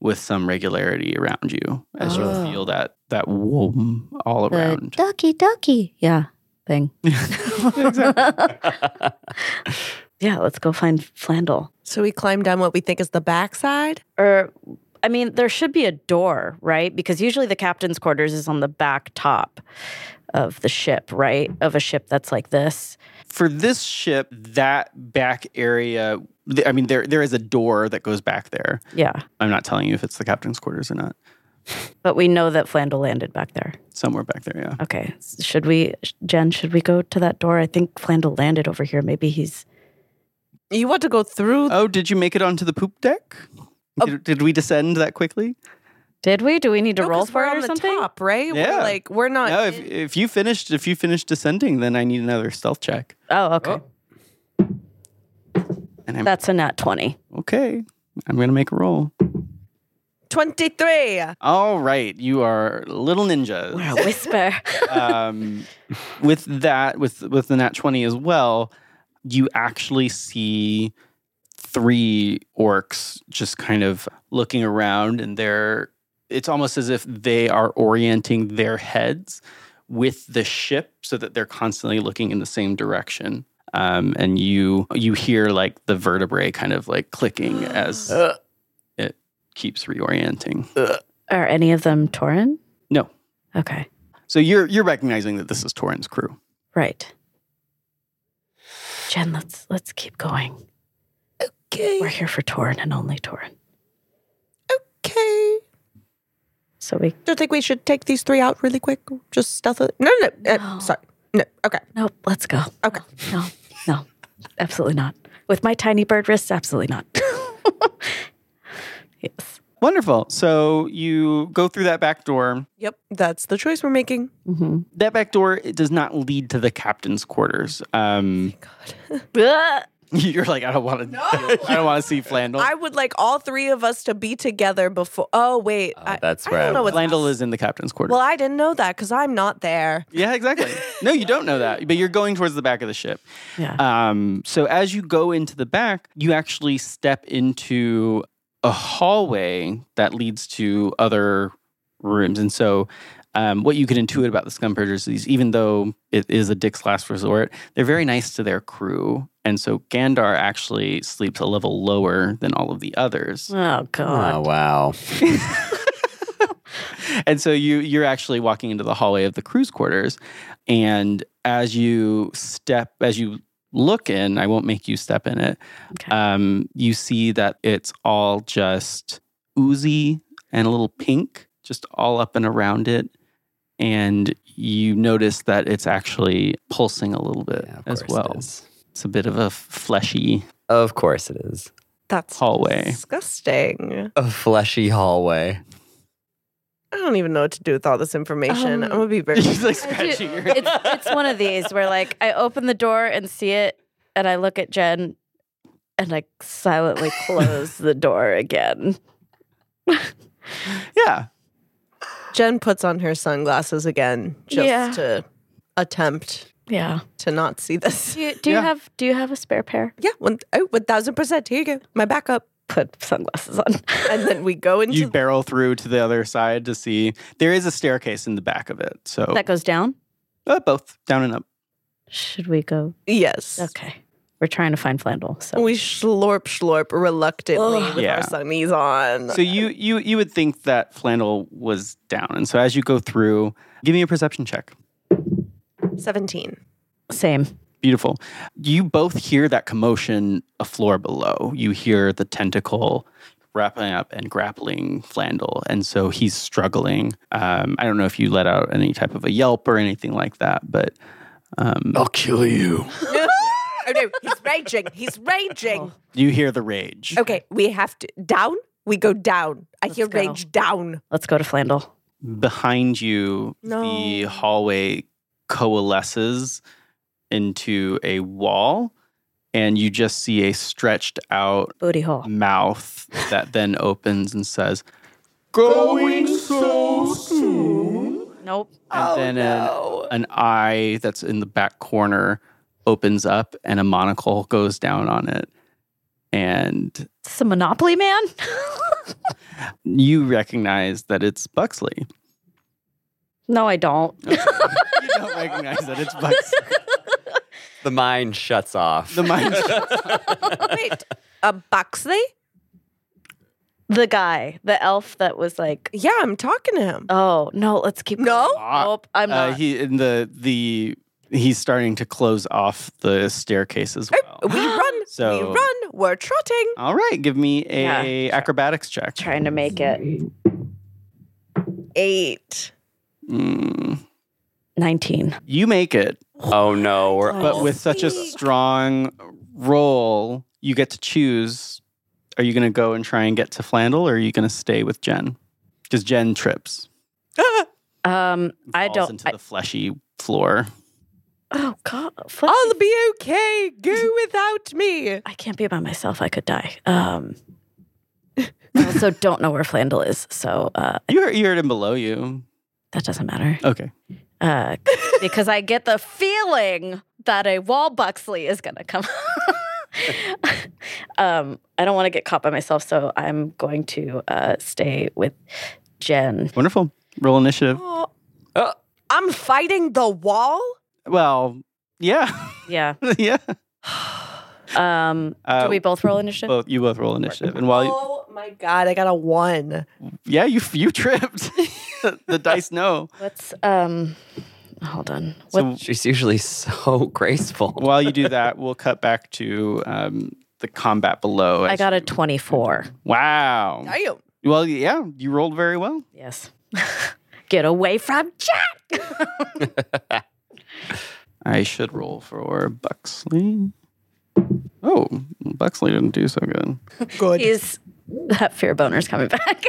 B: with some regularity around you as
A: Oh.
B: you feel that that whoom all around.
A: ducky ducky. Yeah. Thing. <laughs> yeah. Let's go find Flandel.
C: So we climb down what we think is the backside.
A: Or, I mean, there should be a door, right? Because usually the captain's quarters is on the back top of the ship, right? Of a ship that's like this.
B: For this ship, that back area, th- I mean, there there is a door that goes back there.
A: Yeah.
B: I'm not telling you if it's the captain's quarters or not.
A: But we know that Flandel landed back there.
B: Somewhere back there, yeah.
A: Okay. Should we, Jen, should we go to that door? I think Flandel landed over here. Maybe he's.
C: You want to go through?
B: Oh, did you make it onto the poop deck? Did, did we descend that quickly?
A: Did we? Do we need to
C: No,
A: roll
C: 'cause
A: for
C: we're
A: it
C: on
A: or
C: the
A: something?
C: top, right?
B: Yeah.
C: We're like we're not.
B: No, if, if you finished if you finished descending, then I need another stealth check.
A: Oh, okay.
B: And I'm
A: That's a nat 20.
B: okay. I'm gonna make a roll.
C: Twenty-three.
B: All right, you are little ninjas.
A: A
B: <laughs>
A: whisper.
B: um, with that, with with the nat twenty as well, you actually see three orcs just kind of looking around, and they're. It's almost as if they are orienting their heads with the ship, so that they're constantly looking in the same direction. Um, and you you hear like the vertebrae kind of like clicking as it keeps reorienting.
A: Are any of them Torin?
B: No.
A: Okay.
B: So you're you're recognizing that this is Torin's crew.
A: Right. Jen, let's let's keep going. We're
C: Okay.
A: here for Torin and only Torin.
C: Okay.
A: So we
C: Don't think we should take these three out really quick. Just stealthily. No, no, no. uh,
A: No.
C: sorry. No. Okay.
A: nope, let's go.
C: Okay.
A: No, no, absolutely not. With my tiny bird wrists, absolutely not. <laughs> yes.
B: Wonderful. So you go through that back door.
C: Yep. That's the choice we're making.
A: Mm-hmm.
B: That back door it does not lead to the captain's quarters. Um, <laughs> you're like, I don't want to. <laughs> I don't want to see Flandel.
C: I would like all three of us to be together before. Oh wait, I,
D: that's
C: I
D: where I
C: don't know
D: was.
C: what's
B: Flandel is in the captain's quarters.
C: Well, I didn't know that because I'm not there.
B: yeah, exactly. No, you don't know that, but you're going towards the back of the ship.
A: Yeah.
B: <laughs> Um, so as you go into the back, you actually step into a hallway that leads to other rooms. And so, um, what you can intuit about the Scumpurgers is even though it is a Dick's last resort, they're very nice to their crew. And so, Gandar actually sleeps a level lower than all of the others.
A: Oh
D: Oh
A: God.
D: wow.
B: and so you you're actually walking into the hallway of the crew's quarters and as you step as you look in i won't make you step in it
A: Okay.
B: um, you see that it's all just oozy and a little pink just all up and around it and you notice that it's actually pulsing a little bit
D: Yeah, of
B: as
D: course
B: well
D: It is.
B: it's a bit of a <laughs> fleshy
D: Of course it is.
C: That's
B: hallway
C: disgusting.
D: A fleshy hallway.
C: I don't even know what to do with all this information.
A: Um,
C: I'm gonna be very. <laughs>
B: She's like scratching your head.
A: it's it's one of these where like I open the door and see it, and I look at Jen, and I silently close the door again.
B: yeah
C: Jen puts on her sunglasses again just
A: Yeah.
C: to attempt
A: Yeah.
C: to not see this.
A: Do you, do
B: Yeah.
A: you have do you have a spare pair?
C: Yeah, one oh one thousand percent. Here you go, my backup.
A: Put sunglasses on. <laughs>
C: And then we go into
B: you barrel through to the other side to see there is a staircase in the back of it. So
A: that goes down.
B: uh, both down and up.
A: Should we go?
C: yes.
A: Okay. We're trying to find Flandel. So
C: We slorp slorp reluctantly
A: Ugh.
C: with
B: Yeah.
C: our sunnies on.
B: So you you you would think that flannel was down, and so as you go through, give me a perception check.
C: Seventeen.
A: same.
B: Beautiful. You both hear that commotion afloor below. You hear the tentacle wrapping up and grappling Flandel. And so he's struggling. Um, I don't know if you let out any type of a yelp or anything like that, but um,
C: <laughs> Oh no, he's raging. He's raging.
B: you hear the rage.
C: Oh. Okay, we have to down. We go down. I hear
A: go.
C: rage down.
A: Let's go to Flandel.
B: behind you, the
C: No.
B: hallway coalesces into a wall, and you just see a stretched out
A: Booty hole.
B: mouth that <laughs> then opens and says, Going so soon.
A: Nope.
B: And then an, an eye that's in the back corner opens up, and a monocle goes down on it. And
A: Is this a Monopoly man?
B: you recognize that it's Buxley.
A: no, I <laughs> don't.
B: you don't recognize that it's Buxley.
D: The mind shuts off. <laughs>
B: The mind
C: Wait, a Buxley?
A: The guy, the elf that was like,
C: Yeah, I'm talking to him.
A: oh, no, let's keep
C: No?
A: going. Nope, I'm
B: Uh,
A: not.
B: he in the the he's starting to close off the staircase as well.
C: Oh, We run.
B: Oh. <gasps> So-
C: we run. We're trotting.
B: All right, give me a acrobatics check.
A: Trying to make it
C: Eight.
B: Mm.
A: 19.
B: You make it,
D: <laughs> Oh no, we're
B: but with such a strong roll, you get to choose. Are you going to go and try and get to Flandel, or are you going to stay with Jen? Because Jen trips,
A: Um, I
B: falls
A: don't.
B: into
A: I-
B: the fleshy floor.
A: oh God, fuck.
C: I'll be okay. Go
D: <laughs>
C: without me.
A: I can't be by myself. I could die. Um, <laughs> I also don't know where Flandel is, so uh,
B: You heard, you heard him below you.
A: that doesn't matter.
B: Okay,
C: <laughs>
A: Uh, because I get the feeling that a wall Buxley is gonna come. <laughs> um, I don't want to get caught by myself, so I'm going to uh, stay with Jen.
B: wonderful. Roll initiative.
C: Oh, I'm fighting the wall.
B: Well, yeah, <laughs>
A: Yeah.
B: yeah.
A: Um,
B: Uh,
A: do we both roll initiative?
B: both you both roll initiative, and while you,
C: Oh my god, I got a one.
B: Yeah, you you tripped. <laughs> the dice know.
A: What's um? Hold on. What,
B: So
D: She's usually so <laughs> graceful.
B: while you do that, we'll cut back to um, the combat below.
A: I
B: as-
A: got a 24.
B: wow.
C: Damn.
B: Well, yeah, you rolled very well.
A: Yes. <laughs> Get away from Jack.
B: I should roll for Buxley. Oh, Buxley didn't do so good.
C: Good.
A: Is that fear boner's coming <laughs> back?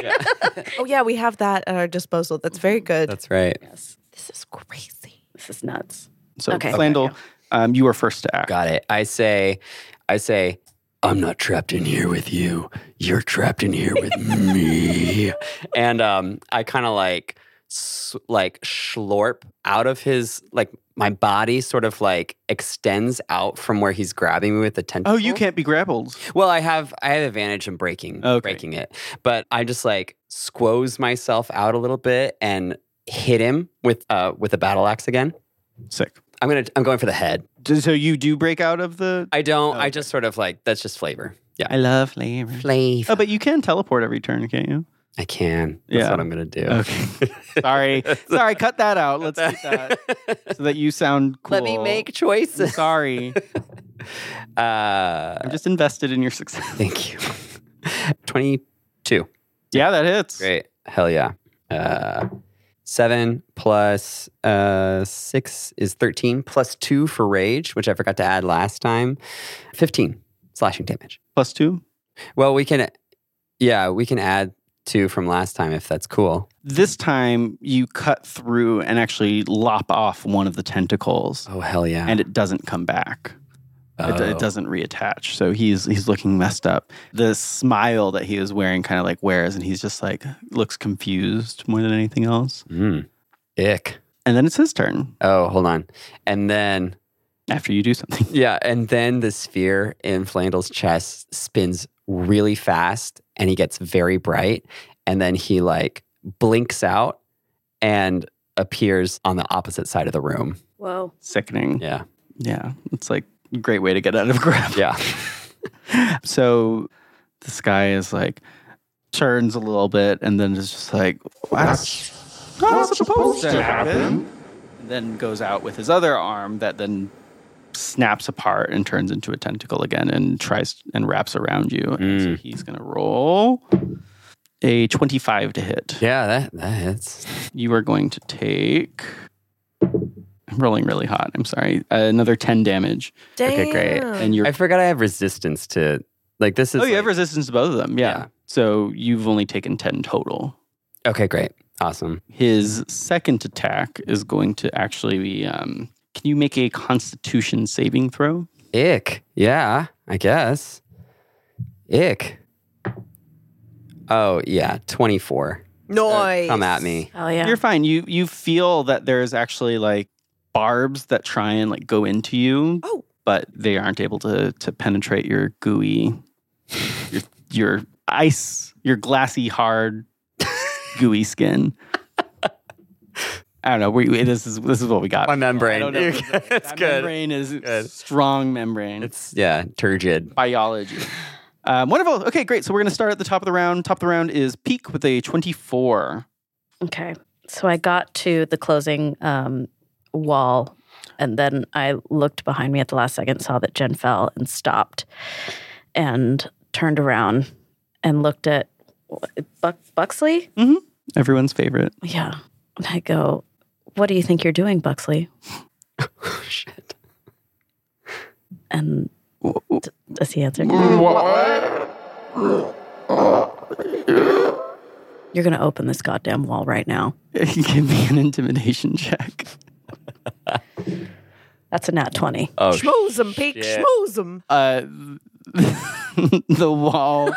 C: oh yeah, we have that at our disposal. That's very good.
D: That's right.
C: this is crazy.
A: this is nuts.
B: So
A: Okay.
B: Flandel, um, you are first to act.
D: Got it. I say, I say, I'm not trapped in here with you. You're trapped in here with
B: <laughs>
D: me. And um, I kind of like, s- like slorp out of his like my body sort of like extends out from where he's grabbing me with the tentacle.
B: Oh, you can't be grappled.
D: Well, I have I have advantage in breaking
B: Okay.
D: breaking it, but I just like squoze myself out a little bit and hit him with uh with a battle axe again.
B: Sick.
D: I'm gonna I'm going for the head.
B: D- So you do break out of the.
D: I don't.
B: Oh,
D: I just sort of like that's just flavor. Yeah,
B: I love flavor.
D: flavor.
B: Oh, but you can teleport every turn, can't you?
D: I can. That's
B: Yeah.
D: what I'm gonna do. <laughs>
B: Okay. <laughs> Sorry, sorry. Cut that out. Let's keep
D: <laughs>
B: that so that you sound cool.
D: Let me make
B: I'm
D: choices. <laughs>
B: sorry.
D: Uh, <laughs>
B: I'm just invested in your success.
D: thank you. <laughs> Twenty two.
B: yeah, that hits.
D: Great. Hell yeah. Uh, seven plus uh, six is 13, plus two for rage, which I forgot to add last time. 15 slashing damage.
B: Plus two.
D: Well, we can, yeah, we can add two from last time if that's cool.
B: This time you cut through and actually lop off one of the tentacles,
D: Oh, hell yeah.
B: and it doesn't come back. It, d-
D: Oh.
B: it doesn't reattach. So he's he's looking messed up. The smile that he was wearing kind of like wears, and he's just like looks confused more than anything else.
D: Mm. Ick.
B: And then it's his turn
D: Oh, hold on. And then,
B: after you do something. <laughs>
D: yeah, and then the sphere in Flandel's chest spins really fast and he gets very bright. And then he like blinks out and appears on the opposite side of the room.
A: Whoa.
B: Sickening.
D: Yeah.
B: Yeah, it's like a great way to get out of <laughs> grab.
D: Yeah.
B: so this guy is like turns a little bit and then is just like that's not supposed to happen. And then goes out with his other arm that then snaps apart and turns into a tentacle again and tries and wraps around you. And
D: Mm.
B: so he's going to roll a 25 to hit.
D: Yeah, that, that hits.
B: You are going to take. I'm rolling really hot. I'm sorry. Uh, another 10 damage.
C: Damn.
D: Okay, great.
B: And you're.
D: I forgot I have resistance to like this is
B: oh, you
D: like-
B: have resistance to both of them. Yeah.
D: Yeah.
B: So you've only taken 10 total.
D: Okay, great. Awesome.
B: His
D: Mm-hmm.
B: second attack is going to actually be. Um, can you make a constitution saving throw?
D: Ick. Yeah, I guess. Ick. Oh, yeah, 24.
C: Noise.
D: uh, Come at me.
A: Oh yeah.
B: You're fine. You you feel that there's actually like barbs that try and like go into you.
C: Oh.
B: But they aren't able to to penetrate your gooey your your ice, your glassy hard gooey skin. I don't know. We, we- this is this is what we got.
D: My membrane.
B: I don't know.
D: You're good. <laughs> It's
B: That
D: good.
B: Membrane is
D: Good.
B: strong membrane.
D: It's yeah, turgid.
B: biology. Um, wonderful. Okay, great. So we're going to start at the top of the round. Top of the round is Peak with a 24.
A: Okay. So I got to the closing um, wall, and then I looked behind me at the last second, saw that Jen fell and stopped, and turned around and looked at Buck Buxley.
B: Everyone's favorite. <laughs>
A: Yeah. And I go, "What do you think you're doing, Buxley?"
D: Shit.
A: And d- does he answer? You're going to open this goddamn wall right now.
B: Give me an intimidation check.
A: That's a nat 20.
D: Oh, sh-
C: Schmooze 'em, Peek.
D: Shit.
C: Schmooze 'em.
B: Uh, <laughs> the wall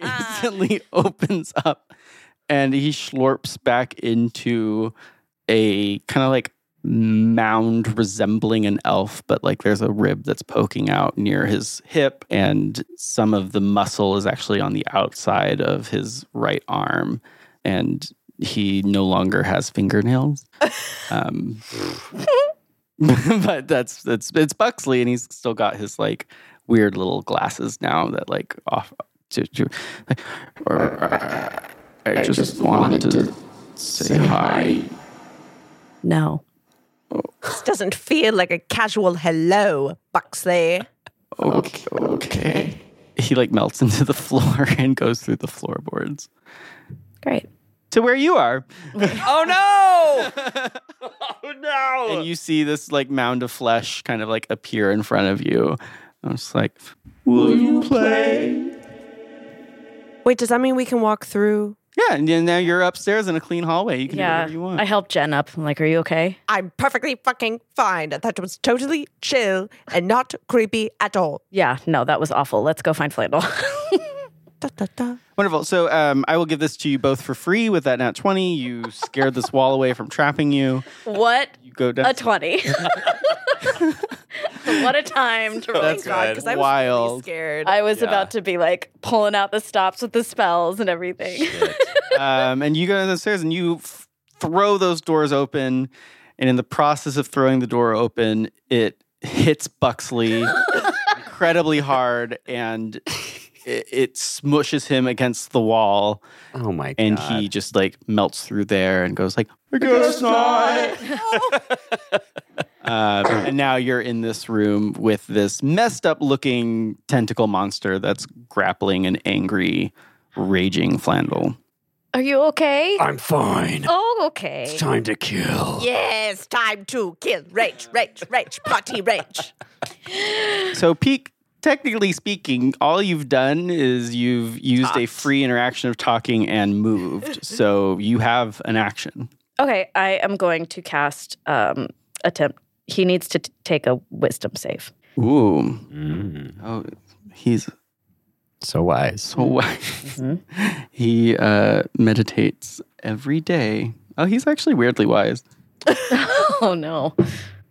B: instantly opens up and he slurps back into a kind of like mound resembling an elf, but like there's a rib that's poking out near his hip, and some of the muscle is actually on the outside of his right arm, and he no longer has fingernails. Um, <laughs> but that's that's it's Buxley, and he's still got his like weird little glasses now that like off. To, to, I just wanted to say hi.
A: No.
C: This doesn't feel like a casual hello, Buxley.
B: Okay. okay. He like melts <laughs> into the floor and goes through the floorboards
A: Great.
B: to where you are.
D: oh no! oh no!
B: And you see this like mound of flesh kind of like appear in front of you. I'm just like, will you play?
C: <laughs> Wait, does that mean we can walk through?
B: Yeah. And then now you're upstairs in a clean hallway. You can do
A: Yeah.
B: whatever you want.
A: I helped Jen up. I'm like, are you okay?
C: I'm perfectly fucking fine. That was totally chill and not creepy at all.
A: Yeah. No, that was awful. Let's go find Flannel.
C: Da, da, da.
B: Wonderful. So um, I will give this to you both for free with that nat 20. You scared this wall away from trapping you.
A: <laughs> what
B: You
A: <laughs>
B: go down.
A: a
B: <laughs>
A: 20. what a time
C: <laughs>
A: to really
D: That's God,
C: Oh God, because I was really
B: wild.
C: scared.
A: I was
D: Yeah.
A: about to be like pulling out the stops with the spells and everything.
B: um, and you go downstairs and you f- throw those doors open. And in the process of throwing the door open, it hits Buxley incredibly hard and it, it smushes him against the wall.
D: oh my god.
B: And he just like melts through there and goes like, I guess not. <laughs> Uh, and now you're in this room with this messed up looking tentacle monster that's grappling an angry, raging Flandel.
A: Are you okay?
D: I'm fine.
A: Oh, okay.
D: Time to kill.
C: yes, time to kill. Rage, rage, rage, party rage.
B: So, Peak, technically speaking, all you've done is you've used a free interaction of talking and moved. so you have an action.
A: Okay, I am going to cast um attempt. He needs to t- take a wisdom save.
B: Ooh. Oh, he's
D: Mm. So wise.
B: so <laughs> wise. He uh, meditates every day. Oh, he's actually weirdly wise,
A: <gasps> Oh <laughs> no.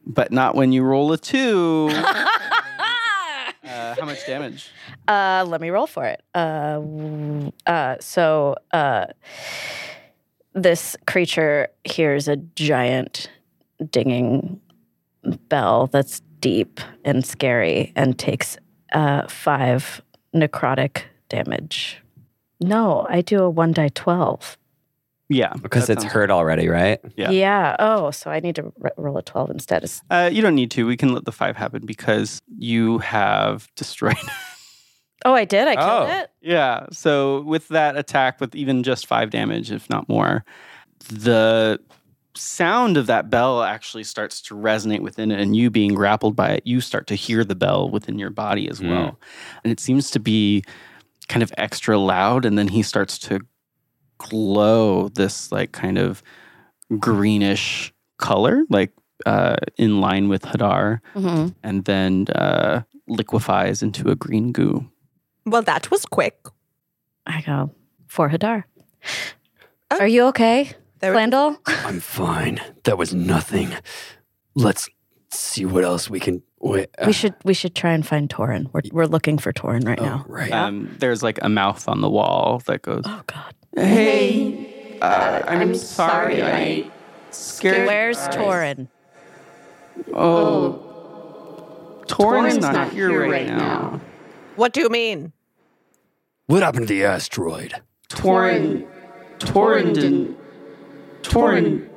B: but not when you roll a two. uh, how much damage?
A: Uh let me roll for it. Uh w- uh so uh this creature hears a giant dinging bell that's deep and scary and takes uh 5 necrotic damage. No, I do a 1 die 12.
B: Yeah,
E: Because
B: that
E: it's
B: sounds-
E: hurt already, right?
B: Yeah.
F: Yeah. Oh, so I need to r- roll a 12 instead. It's-
B: Uh, you don't need to. We can let the five happen because you have destroyed.
F: Oh, I did. I killed
E: Oh.
F: it.
B: yeah. So with that attack, with even just five damage, if not more, the sound of that bell actually starts to resonate within it, and you being grappled by it, you start to hear the bell within your body as
E: Mm.
B: well, and it seems to be kind of extra loud. And then he starts to glow this like kind of greenish color, like uh, in line with Hadar.
A: Mm-hmm.
F: Mhm.
B: and then uh, liquefies into a green goo.
C: Well, that was quick.
F: I go for Hadar.
C: Oh.
F: Are you okay,
C: There-
F: Flandel?
C: <laughs>
A: <laughs>
D: I'm fine. That was nothing. Let's see what else we can. Wait, uh,
F: we should we should try and find Torin. We're we're looking for Torin right
D: oh,
F: now.
D: right.
B: Um, there's like a mouth on the wall that goes,
F: Oh God.
B: "Hey, uh, I'm, sorry, I scared."
F: Where's Torin?
B: Oh, Torin's, not, here, right, now.
C: What do you mean?
D: what happened to the asteroid?
B: Torin, Torin didn't, Torin,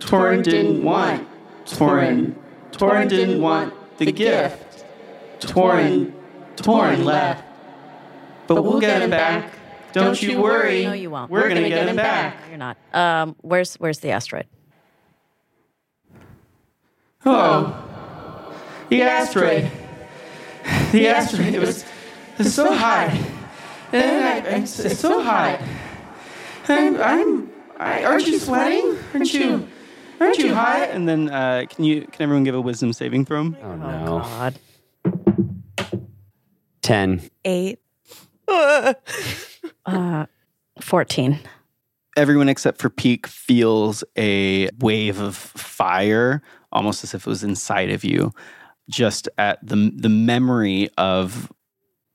B: Torin didn't want, Torin, Torin didn't want the gift. Torin, Torin left, but we'll get him back. Don't you worry.
F: No, you won't.
B: We're gonna get him back.
F: You're not. Um, where's where's the asteroid?
B: Oh, the asteroid. The asteroid. It was, it's so high. And I, it's, it's so high. I'm, I'm, I, aren't you sweating? Aren't you, aren't you hot? And then, uh, can you, can everyone give a wisdom saving throw?
E: Oh,
F: Oh
E: no.
F: God.
E: 10.
C: <laughs> Eight.
F: Uh, Fourteen.
B: Everyone except for Peak feels a wave of fire, almost as if it was inside of you, just at the the memory of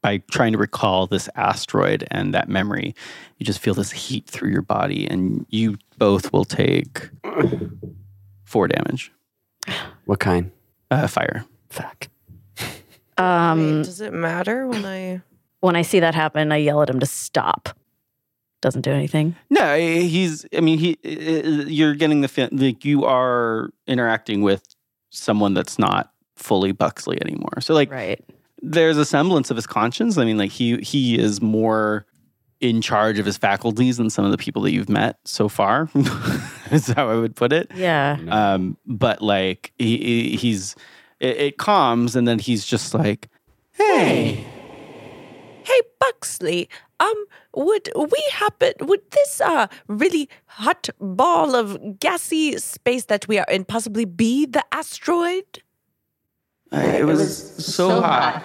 B: by trying to recall this asteroid and that memory, you just feel this heat through your body, and you both will take four damage.
E: What kind?
B: Uh, fire.
E: Fuck.
F: Um,
A: Um,
C: Wait, does it matter when I?
F: when I see that happen, I yell at him to stop. Doesn't do anything.
B: No, he's. I mean, he. uh, You're getting the fe- like you are interacting with someone that's not fully Buxley anymore. So like
F: Right.
B: there's a semblance of his conscience. I mean, like he he is more in charge of his faculties than some of the people that you've met so far. <laughs> is how I would put it.
F: Yeah.
B: Um, but like he, he- he's it, it calms, and then he's just like, "Hey,
C: Hey, Buxley. Um, would we happen? Would this uh really hot ball of gassy space that we are in possibly be the asteroid?
B: I- it was so hot."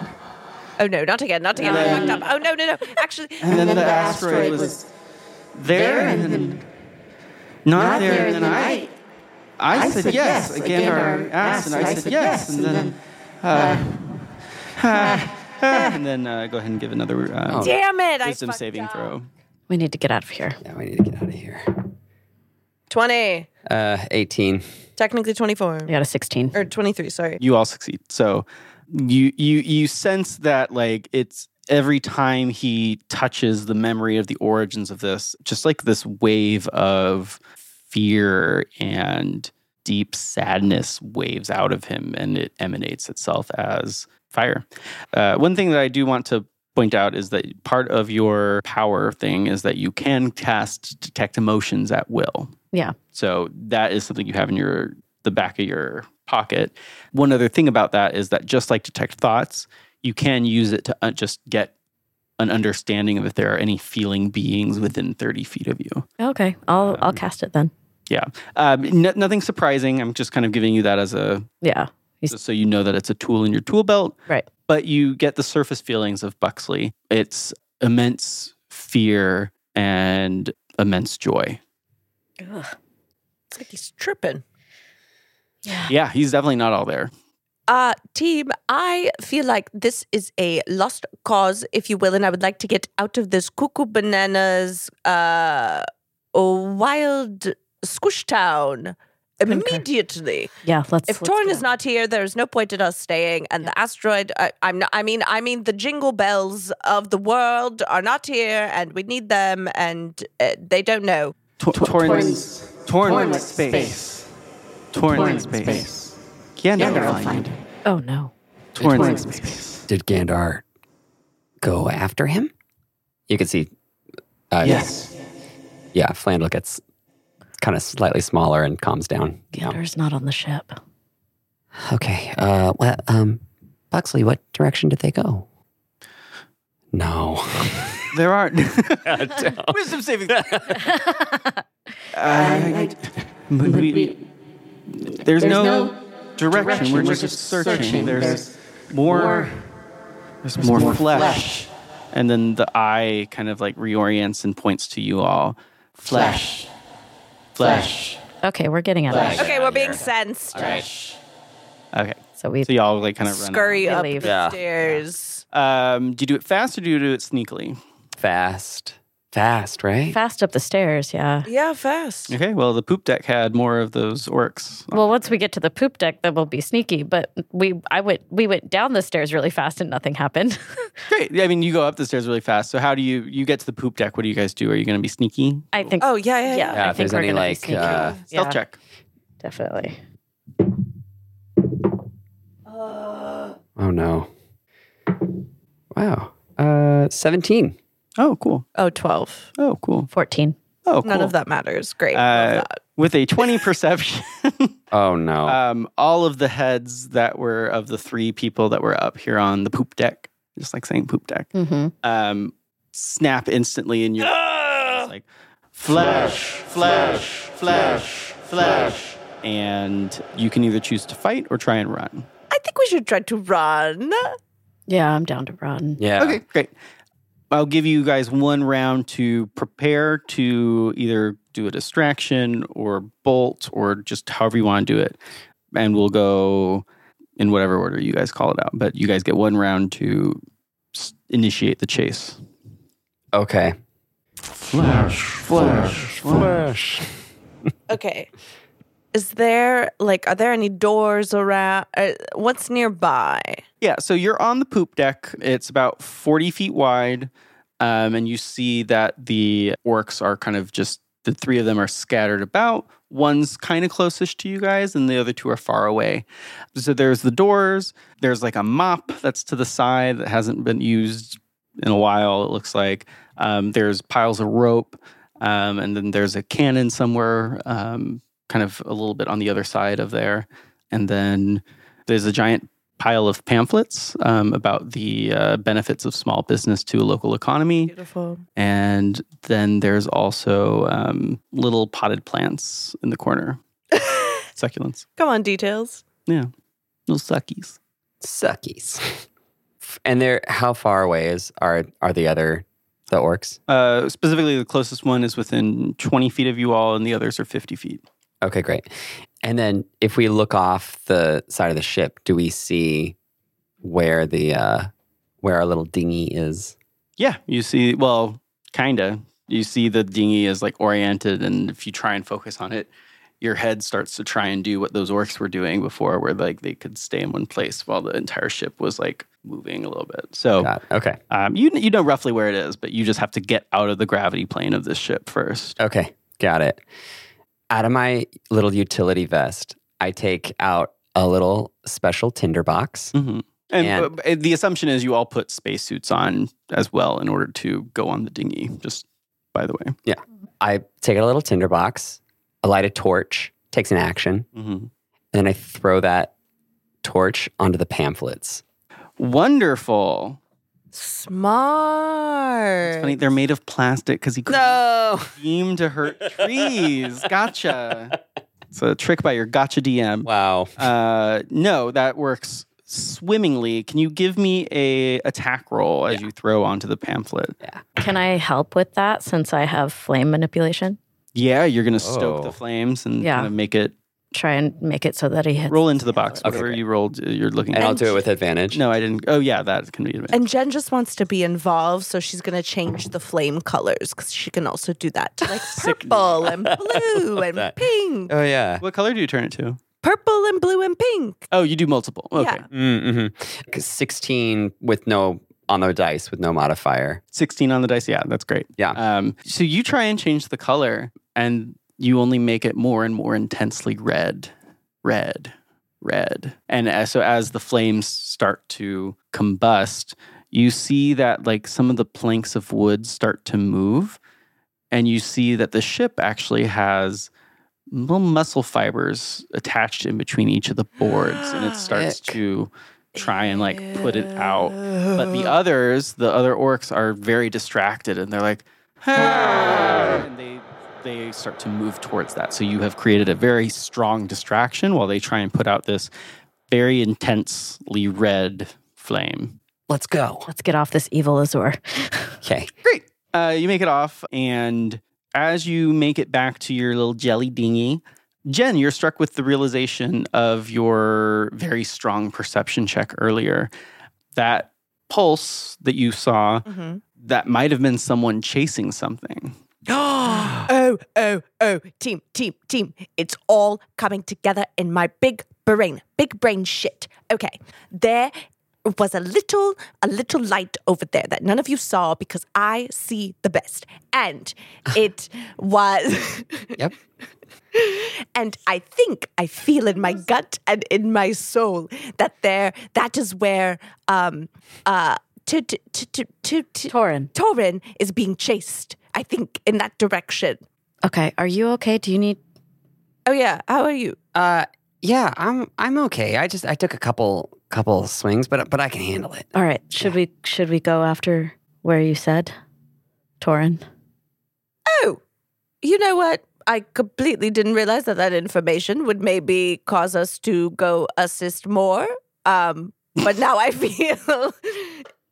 C: Oh no, not again, not again. I fucked up. Oh no, no, no. <laughs> Actually,
B: And then the asteroid was there, and then not there, and then I. I said yes again, or asked, and I said yes, and then, uh, and then uh, go ahead and give another uh,
C: damn it! I
B: wisdom
C: fucked
B: saving
C: up.
B: throw.
F: We need to get out of here.
E: Yeah, we need to get out of here.
C: Twenty,
E: Uh, 18.
C: technically twenty-four
F: We got a sixteen.
C: or twenty-three. Sorry.
B: You all succeed. So you you you sense that like it's every time he touches the memory of the origins of this, just like this wave of fear and deep sadness waves out of him and it emanates itself as fire. Uh, one thing that I do want to point out is that part of your power thing is that you can cast detect emotions at will.
F: Yeah.
B: So that is something you have in your the back of your pocket. One other thing about that is that just like detect thoughts, you can use it to uh, just get an understanding of if there are any feeling beings within 30 feet of you.
F: Okay. I'll I'll cast it then.
B: Um, n- nothing surprising. I'm just kind of giving you that as a
F: Yeah.
B: so you know that it's a tool in your tool belt.
F: Right.
B: But you get the surface feelings of Buxley. It's immense fear and immense joy.
C: It's like he's tripping.
B: Yeah, he's definitely not all there.
C: Uh, team, I feel like this is a lost cause, if you will, and I would like to get out of this cuckoo bananas, uh, wild squish town immediately.
F: Yeah. Let's.
C: If
F: let's
C: Torn
F: go.
C: is not here, there's no point in us staying. And the asteroid, I, I'm not. I mean, I mean, the jingle bells of the world are not here, and we need them, and uh, they don't know.
B: Tor- Torn, torn space. Torn space. Gandalf find.
F: Oh no.
B: Torn space.
D: Did Gandar go after him? You can see, uh,
B: Yes.
D: yeah, Flandel gets kind of slightly smaller and calms down. Yeah.
F: Gandar's not on the ship.
D: Okay. Uh, well, um, Buxley, what direction did they go? No. <laughs>
B: There <laughs> are wisdom saving. uh, I- but we- there's no direction. We're just searching. There's more. There's more flesh. And then the eye kind of like reorients and points to you all. Flesh. Flesh.
F: Okay, we're getting out of here.
C: Okay, we're being sensed.
B: Okay.
F: So we
B: So y'all like kind of run. out.
C: Scurry up
F: leave.
C: the
D: Yeah.
C: stairs.
B: Um, do you do it fast or do you do it sneakily?
D: Fast. Fast, right?
F: fast up the stairs, yeah.
C: Yeah, fast.
B: Okay. Well, the poop deck had more of those orcs.
F: Well, once we get to the poop deck, then we'll be sneaky. But we, I went, we went down the stairs really fast, and nothing happened. <laughs>
B: Great. Yeah, I mean, you go up the stairs really fast. So how do you you get to the poop deck? What do you guys do? Are you going to be sneaky?
F: I think.
C: Oh, yeah, yeah,
F: yeah.
C: yeah.
D: Yeah,
F: I
D: if
F: think
D: there's
F: we're
D: any,
F: gonna be
D: like,
F: sneaky.
D: uh,
F: Yeah,
B: Stealth check.
F: definitely.
D: Oh, no. Wow. Uh, 17.
B: Oh, cool.
C: Oh, 12.
B: Oh, cool.
F: Fourteen.
B: Oh, cool.
C: None of that matters. Great. Love
B: Uh,
C: that.
B: with a
C: <laughs>
B: 20 perception,
D: Oh, no.
B: um, all of the heads that were of the three people that were up here on the poop deck, just like saying poop deck,
F: Mm-hmm.
B: um, snap instantly
C: <gasps>
B: in your. It's like flash, flash, flash, flash. And you can either choose to fight or try and run.
C: I think we should try to run.
F: Yeah, I'm down to run.
D: yeah.
B: Okay, great. I'll give you guys one round to prepare to either do a distraction or bolt or just however you want to do it. And we'll go in whatever order you guys call it out. But you guys get one round to s- initiate the chase.
D: Okay.
B: Flash,
C: Okay. Is there, like, are there any doors around? Uh, what's nearby?
B: Yeah, so you're on the poop deck. It's about 40 feet wide. Um, and you see that the orcs are kind of just, the three of them are scattered about. One's kind of closest to you guys, and the other two are far away. So there's the doors. There's like a mop that's to the side that hasn't been used in a while, it looks like. Um, there's piles of rope. Um, and then there's a cannon somewhere, um, kind of a little bit on the other side of there. And then there's a giant pile of pamphlets um, about the uh, benefits of small business to a local economy.
C: Beautiful.
B: And then there's also um, little potted plants in the corner, succulents.
C: Come on, details.
B: Yeah, little suckies.
D: Suckies. <laughs> And they're how far away is are are the other the orcs?
B: Uh, specifically, the closest one is within 20 feet of you all, and the others are 50 feet.
D: Okay, great. And then if we look off the side of the ship, do we see where the uh where our little dinghy is?
B: Yeah, you see, well, kinda. You see the dinghy is like oriented, and if you try and focus on it, your head starts to try and do what those orcs were doing before, where like they could stay in one place while the entire ship was like moving a little bit. So
D: Got it. okay.
B: um, you you know roughly where it is, but you just have to get out of the gravity plane of this ship first.
D: Okay, got it. Out of my little utility vest, I take out a little special tinder box.
B: hmm And,
D: And-
B: uh, the assumption is you all put spacesuits on as well in order to go on the dinghy. Just by the way,
D: I take out a little tinder box, I light a torch, takes an action,
B: mm-hmm.
D: and then I throw that torch onto the pamphlets.
B: wonderful.
C: Smart.
B: It's funny they're made of plastic because he couldn't
D: No.
B: Aim to hurt
D: <laughs>
B: trees. Gotcha. It's a trick by your gotcha DM.
D: Wow.
B: Uh, no, that works swimmingly. Can you give me a attack roll as you throw onto the pamphlet?
F: Can I help with that since I have flame manipulation?
B: Yeah, you're gonna stoke
D: Oh.
B: the flames and
F: Yeah.
B: kind of make it
F: Try and make it so that he hits.
B: roll into the box.
F: Okay,
B: Whatever
D: great.
B: you rolled, uh, you're looking.
D: And, I'll do it with advantage.
B: No, I didn't. Oh yeah, that can be advantage.
C: And Jen just wants to be involved, so she's gonna change the flame colors because she can also
B: <laughs>
C: do that to like purple and blue and
D: that.
C: pink.
D: Oh yeah.
B: What color do you turn it to?
C: Purple and blue and pink.
B: Oh, you do multiple. Okay.
C: Yeah.
D: Mm-hmm. Sixteen with no
E: on the dice with no modifier.
B: 16 on the dice. Yeah, that's great.
E: Yeah.
B: Um, so you try and change the color, and you only make it more and more intensely red, red, red. And as, so as the flames start to combust, you see that like some of the planks of wood start to move, and you see that the ship actually has little muscle fibers attached in between each of the boards, and it starts
C: Ick.
B: to try and like put it out. But the others, the other orcs, are very distracted and they're like, "Ah," and they they start to move towards that. So you have created a very strong distraction while they try and put out this very intensely red flame.
D: Let's go.
F: Let's get off this evil Azor.
D: <laughs> Okay.
B: Great. Uh, you make it off, and as you make it back to your little jelly dinghy, Jen, you're struck with the realization of your very strong perception check earlier. That pulse that you saw
C: Mm-hmm.
B: that might have been someone chasing
F: <laughs>
B: something.
C: oh, oh, oh, team, team, team. It's all coming together in my big brain, big brain shit. Okay, there was a little, a little light over there that none of you saw because I see the best. And it was.
D: Yep.
C: and I think I feel in my gut and in my soul that there, that is where, um, uh, to, to, to, to, to, to,
F: Torin.
C: Torin is being chased, I think, in that direction.
F: Okay. Are you okay? Do you need
C: Oh yeah, how are you?
D: Uh, yeah, I'm I'm okay. I just I took a couple couple swings, but but I can handle it.
F: all right. Should we should we go after where you said? Torin.
C: Oh, you know what? I completely didn't realize that that information would maybe cause us to go assist more. Um, but now I <laughs> feel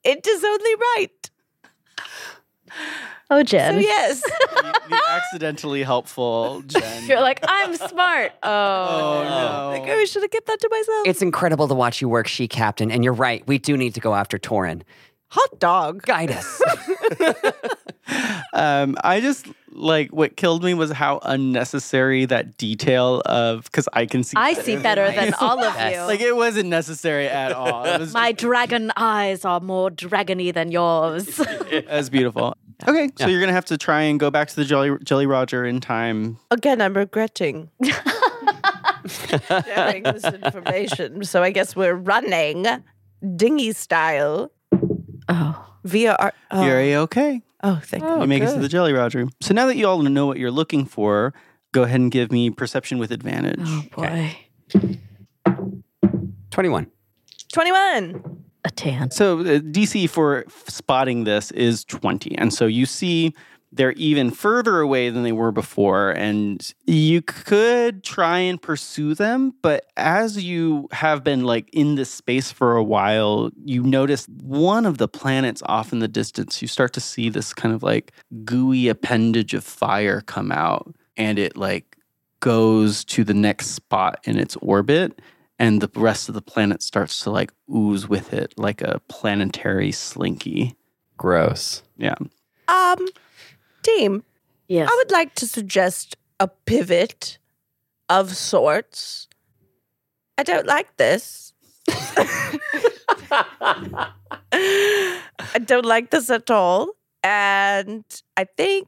C: it is only right.
F: Oh
C: So <laughs>
F: Jen.
C: yes,
B: the, the accidentally helpful Jen.
F: <laughs> You're like, I'm smart. Oh,
B: oh
C: Like, oh, should I kept that to myself?
D: It's incredible to watch you work, she captain. And you're right, we do need to go after Torin.
C: hot dog.
D: Guide <laughs> us.
B: no. Um, I just like what killed me was how unnecessary that detail of because I can see.
F: I see better than
B: I-
F: all of
D: Yes.
F: you.
B: Like it wasn't necessary at all.
F: <laughs>
B: It was
F: My dragon eyes are more dragony than
D: <laughs>
F: yours.
B: that's beautiful. <laughs> Okay, so you're gonna have to try and go back to the Jelly Jelly Roger in time.
C: Again, I'm <laughs> regretting sharing this information. So I guess we're running dinghy style
F: oh.
C: via our. Oh,
B: You're a- okay.
C: oh thank
B: you make it to the Jelly Roger. So now that you all know what you're looking for, go ahead and give me perception with advantage.
F: Oh boy.
D: Twenty one.
C: Twenty-one.
F: A tan.
B: So uh, DC for f- spotting this is 20. And so you see they're even further away than they were before and you could try and pursue them but as you have been like in this space for a while you notice one of the planets off in the distance you start to see this kind of like gooey appendage of fire come out and it like goes to the next spot in its orbit and the rest of the planet starts to like ooze with it like a planetary slinky.
E: Gross.
B: Yeah.
C: Um, team.
F: Yes.
C: I would like to suggest a pivot of sorts. I don't like this. I don't like this at all. And I think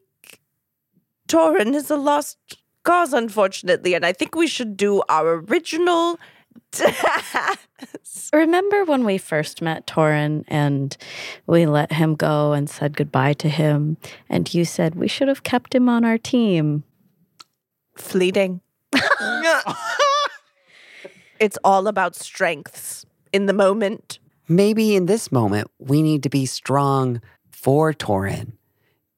C: Torin is a lost cause, unfortunately. And I think we should do our original <laughs> task.
F: Remember when we first met Torin and we let him go and said goodbye to him? And you said we should have kept him on our team.
C: Fleeting. It's all about strengths in the moment.
D: Maybe in this moment we need to be strong for Torin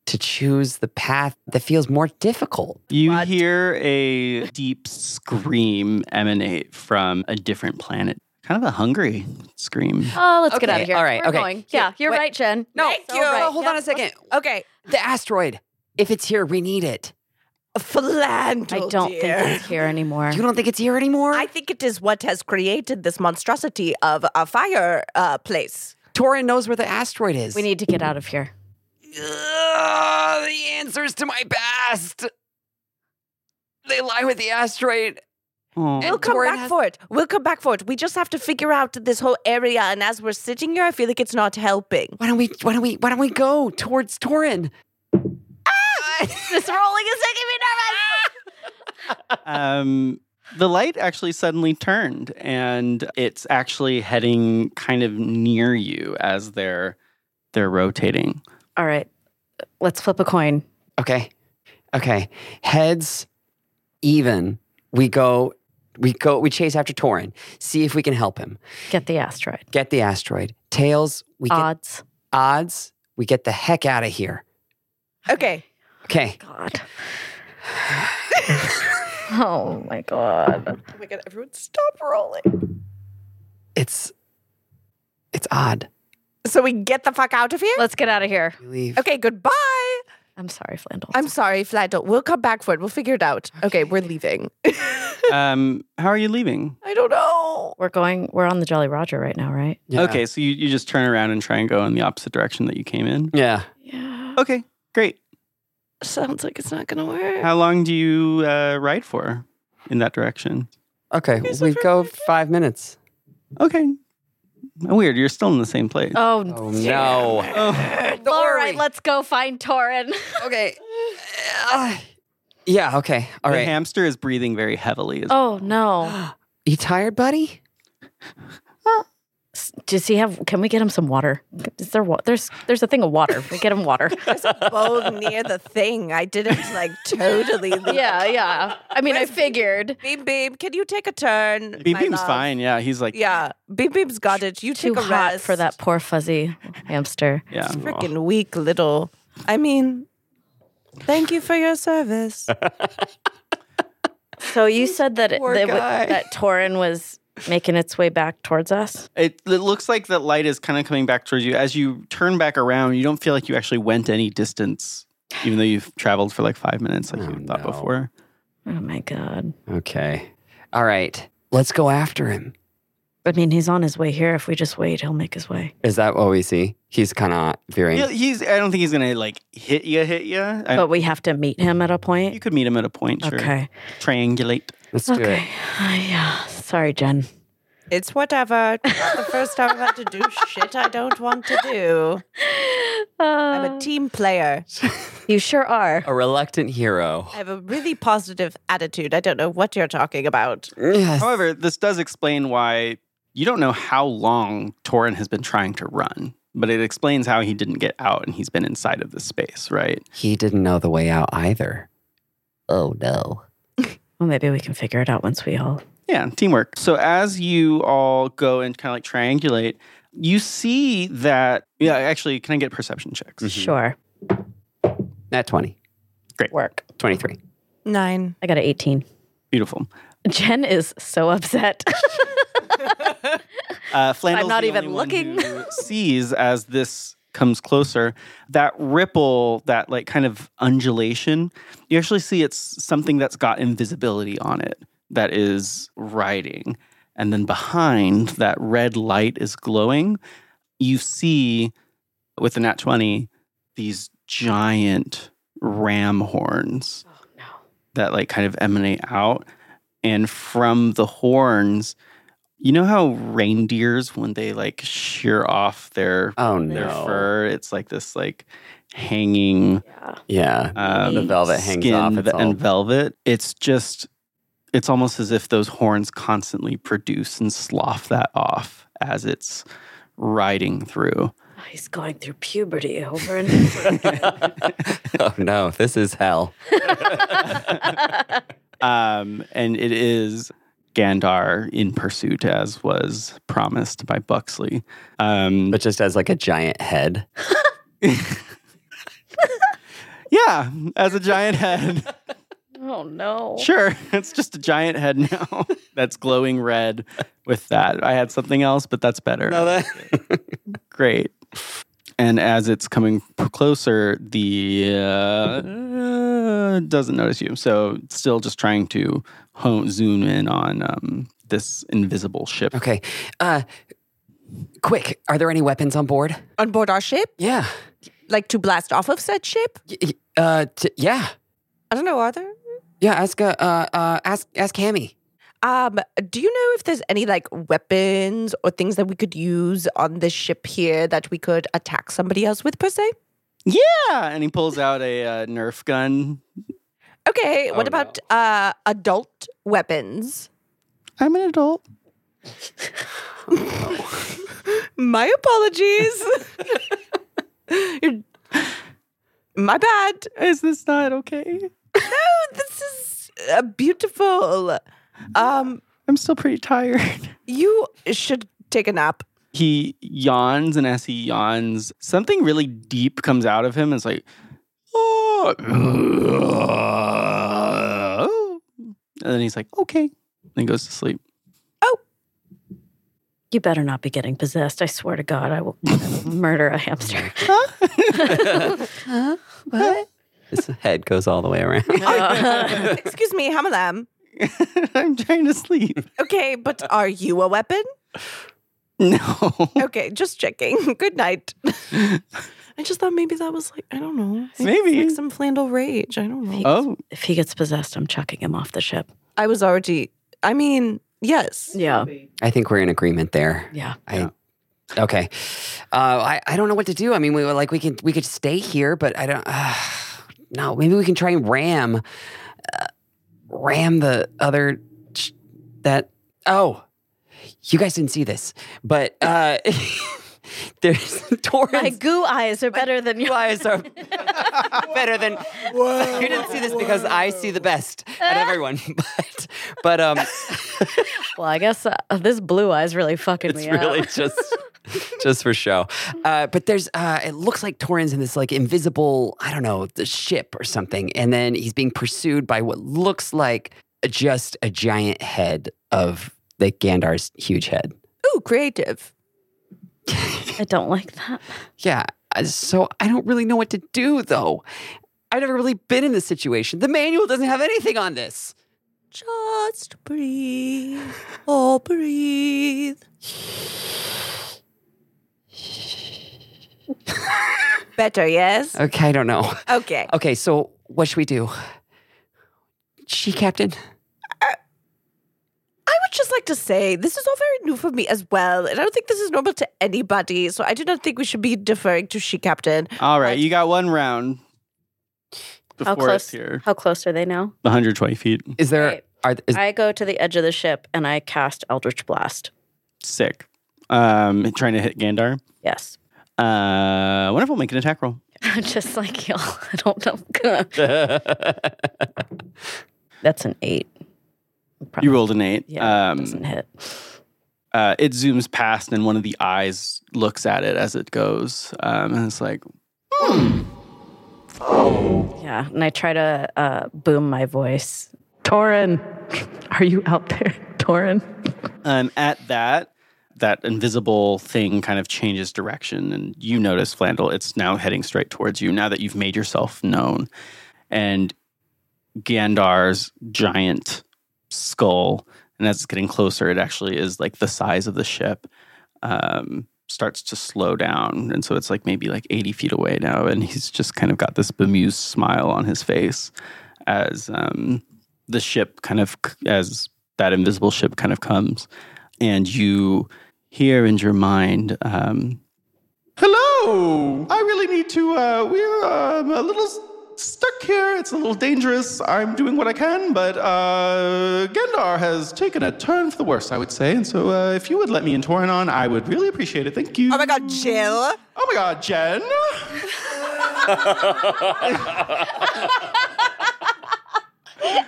D: to choose the path that feels more difficult.
B: You hear a deep scream emanate from a different planet. Kind of a hungry scream.
F: Oh, let's get
D: Okay,
F: out of here.
D: all right,
F: We're
D: okay.
F: going. Yeah, you're
D: Wait.
F: right, Jen.
D: No,
F: Yes, all
D: no,
F: right.
D: hold on
F: Yeah.
D: a second.
C: Okay.
D: The asteroid. If it's here, we need it.
F: I
C: Philandel.
F: don't
C: dear.
F: think he's here anymore.
D: Oh, You don't think it's here anymore?
C: I think it is what has created this monstrosity of a fire uh, place.
D: Torin knows where the asteroid is.
F: We need to get out of here.
D: Ugh, the answers to my past. They lie with the asteroid
B: Aw.
C: We'll come
D: Gord
C: back
D: has-
C: for it. We'll come back for it. We just have to figure out this whole area. And as we're sitting here, I feel like it's not <laughs> helping.
D: Why don't we? Why don't we? Why don't we go towards Torin?
A: this rolling is making me
C: Ah!
A: nervous.
B: um, the light actually suddenly turned and it's actually heading kind of near you as they're they're rotating.
A: All right, let's flip a coin.
D: Okay, okay. Heads even. We go. We go. We chase after Torin. See if we can help him.
A: Get the asteroid.
D: Get the asteroid. Tails. We get
A: Odds.
D: odds. We get the heck out of here.
C: Okay.
D: Okay.
A: God. <sighs> oh my god.
C: Oh my God, everyone stop rolling.
D: It's it's odd.
C: So we get the fuck out of here?
A: Let's get out of here.
D: We leave.
C: Okay, goodbye.
A: I'm sorry, Flandel.
C: I'm sorry, Flandel. We'll come back for it. We'll figure it out. Okay, we're leaving.
B: Um, how are you leaving?
C: I don't know.
A: we're going. We're on the Jolly Roger right now, right?
D: Yeah.
B: Okay, so you, you just turn around and try and go in the opposite direction that you came in.
D: Yeah.
A: Yeah.
B: Okay, great.
C: Sounds like it's not gonna work.
B: How long do you uh, ride for in that direction?
D: Okay.
C: Here's the
D: We go
C: first
D: five minutes.
B: Okay. Weird, you're still in the same place.
A: Oh,
D: Oh no.
B: Oh,
A: All right, let's go find Torin.
D: Okay. Uh, <sighs> yeah. Okay. All
B: the
D: right.
B: hamster is breathing very heavily. as-
A: Oh no.
D: You tired, buddy?
A: S- <gasps> Does he have? Can we get him some water? Is there wa- There's there's a thing of water. We get him water.
C: Bone near the thing. I didn't like totally
A: <laughs> <laughs>
C: leave.
A: yeah, yeah. I mean, I figured.
C: Beam Beam, can you take a turn?
B: Beam
C: my
B: Beam's
C: love?
B: fine. Yeah, he's like,
C: Yeah. Beam Beam's got it. You
A: Too
C: take a
A: hot
C: rest.
A: for that poor fuzzy hamster.
B: yeah.
C: freaking weak little. I mean, thank you for your service.
A: So you said that it,
D: Poor
A: that, w-
D: guy.
A: that Torin was making its way back towards us.
B: It, it looks like that light is kind of coming back towards you. As you turn back around, you don't feel like you actually went any distance, even though you've traveled for like five minutes, like
D: Oh,
B: you thought
D: no.
B: before.
A: Oh my god.
D: Okay. All right. Let's go after him.
A: I mean, he's on his way here. If we just wait, he'll make his way.
D: Is that what we see? He's kind of veering.
B: Yeah, he's. I don't think he's gonna like hit you, hit you. I,
A: But we have to meet him at a
B: you
A: point.
B: could meet him at a point. Sure.
A: Oh. Okay.
B: Triangulate.
D: Let's do
A: Okay. Ah, yeah. Sorry, Jen.
C: It's whatever. Not the first time I've had to do shit I don't want to do. I'm
A: Uh,
C: a team player.
A: you sure are.
D: it. A reluctant hero.
C: I have a really positive attitude. I don't know what you're talking about.
D: <laughs> Yes.
B: However, this does explain why you don't know how long Torin has been trying to run, but it explains how he didn't get out and he's been inside of this space, right?
D: he didn't know the way out either. Oh no.
A: Well, maybe we can figure it out once we all.
B: Yeah, teamwork. So as you all go and kind of like triangulate, you see that. Yeah, actually, can I get perception checks?
A: Sure.
D: Nat 20.
A: Work.
D: 23.
C: Nine.
A: I got an 18.
B: Beautiful.
A: Jen is so upset. <laughs>
B: Uh, Flandel's
A: I'm not
B: the
A: even
B: only one
A: looking. <laughs>
B: who sees as this comes closer that ripple, that like kind of undulation. You actually see it's something that's got invisibility on it that is riding, and then behind that red light is glowing. You see with the nat twenty these giant ram horns that like kind of emanate out, and from the horns you know how reindeers when they like shear off their
D: Oh
B: their
D: no.
B: fur, it's like this like hanging
D: <laughs> Yeah.
B: um,
D: the velvet hangs
B: skin
D: off. It's
B: ve-
D: all-
B: and velvet. It's just it's almost as if those horns constantly produce and slough that off as it's riding through.
A: He's going through puberty over and over.
D: <laughs> oh no. This is hell.
B: Um, and it is Gandar in pursuit, as was promised by Buxley. Um,
D: But just as like a giant head.
B: yeah, as a giant head.
A: oh no.
B: Sure. <laughs> It's just a giant head now <laughs> that's glowing red with that. I had something else, but that's better. Great. And as it's coming p- closer, the uh, doesn't notice you. So it's still just trying to hone, zoom in on um, this invisible ship.
D: <laughs> okay. Uh quick, are there any weapons on board?
C: On board our ship?
D: Yeah.
C: Like to blast off of said ship?
D: Y- y- uh t- yeah.
C: I don't know, are there?
D: Yeah, ask uh, uh uh ask ask Hammy.
C: Um, do you know if there's any like weapons or things that we could use on this ship here that we could attack somebody else with per se?
B: Yeah, and he pulls out a uh, Nerf gun.
C: Okay,
E: Oh,
C: what about uh adult weapons?
B: I'm an adult.
C: <laughs> My apologies. <laughs> You're- My bad.
B: Is this not okay?
C: No, this is uh, beautiful. Um,
B: I'm still pretty tired.
C: you should take a nap.
B: He yawns, and as he yawns, something really deep comes out of him. It's like, oh. And then he's like, okay. And he goes to sleep.
F: You better not be getting possessed. I swear to God, I will, I will murder a hamster.
C: What?
E: His head goes all the way around.
C: <laughs> Excuse me, Hamalam.
B: I'm trying to sleep.
C: Okay, but are you a weapon?
B: <laughs> No.
C: Okay, just checking. <laughs> Good night. I just thought maybe that was like I don't know. it's
B: Maybe.
C: like some flannel rage. I don't know.
B: Oh,
F: if he gets possessed, I'm chucking him off the ship.
C: I was already. I mean, yes.
F: Yeah.
D: <laughs> I think we're in agreement there.
F: Yeah.
D: I, Okay. Uh, I, I don't know what to do. I mean, we were like we can we could stay here, but I don't. Uh, no, maybe we can try and ram, uh, ram the other ch- that. Oh, you guys didn't see this, but uh, <laughs> there's <laughs>
F: My
D: Torrance.
F: goo eyes are better than
D: You
F: yours.
D: <laughs> guys are better than. <laughs> you didn't see this because I see the best at everyone, <laughs> but but um,
F: Well, I guess uh, this blue eye's really fucking
E: It's
F: me
D: <laughs>
E: really
F: up.
E: just just for show.
D: Uh, but there's, uh, it looks like Torrin's in this like invisible, I don't know, the ship or something. And then he's being pursued by what looks like just a giant head of the Gandar's huge head.
C: Ooh, creative.
F: I don't like that.
D: Yeah. uh, So I don't really know what to do though. I've never really been in this situation. The manual doesn't have anything on this.
C: Just breathe. Oh, breathe. Better, yes.
D: Okay. I don't know.
C: Okay.
D: Okay. So what should we do? She captain?
C: I would just like to say this is all very new for me as well, and I don't think this is normal to anybody. So I do not think we should be deferring to she captain.
B: all right. You got one round before
F: How close?
B: it's here.
F: How close are they now?
B: 120 feet.
D: Is there,
F: Right.
D: are, is,
F: I go to the edge of the ship and I cast Eldritch Blast.
B: Sick. Um, trying to hit Gandar.
F: Yes. <laughs>
B: Uh, wonderful. Make an attack roll.
F: Just like y'all. I don't know. That's an eight.
B: You rolled an eight.
F: Yeah.
B: um,
F: doesn't hit.
B: uh, it zooms past and one of the eyes looks at it as it goes um, and it's like
F: Yeah. And I try to uh, boom my voice.
H: Torin, are you out there? Torin?
B: um, at that that invisible thing kind of changes direction and you notice flandel it's now heading straight towards you now that you've made yourself known and gandar's giant skull and as it's getting closer it actually is like the size of the ship um, starts to slow down and so it's like maybe like 80 feet away now and he's just kind of got this bemused smile on his face as um, the ship kind of c- as that invisible ship kind of comes and you hear in your mind um, hello i really need to uh, we're um, a little s- stuck here it's a little dangerous i'm doing what i can but uh, gendar has taken a turn for the worse i would say and so uh, if you would let me in Toranon, i would really appreciate it thank you
C: Oh my god, Jill.
B: oh my god jen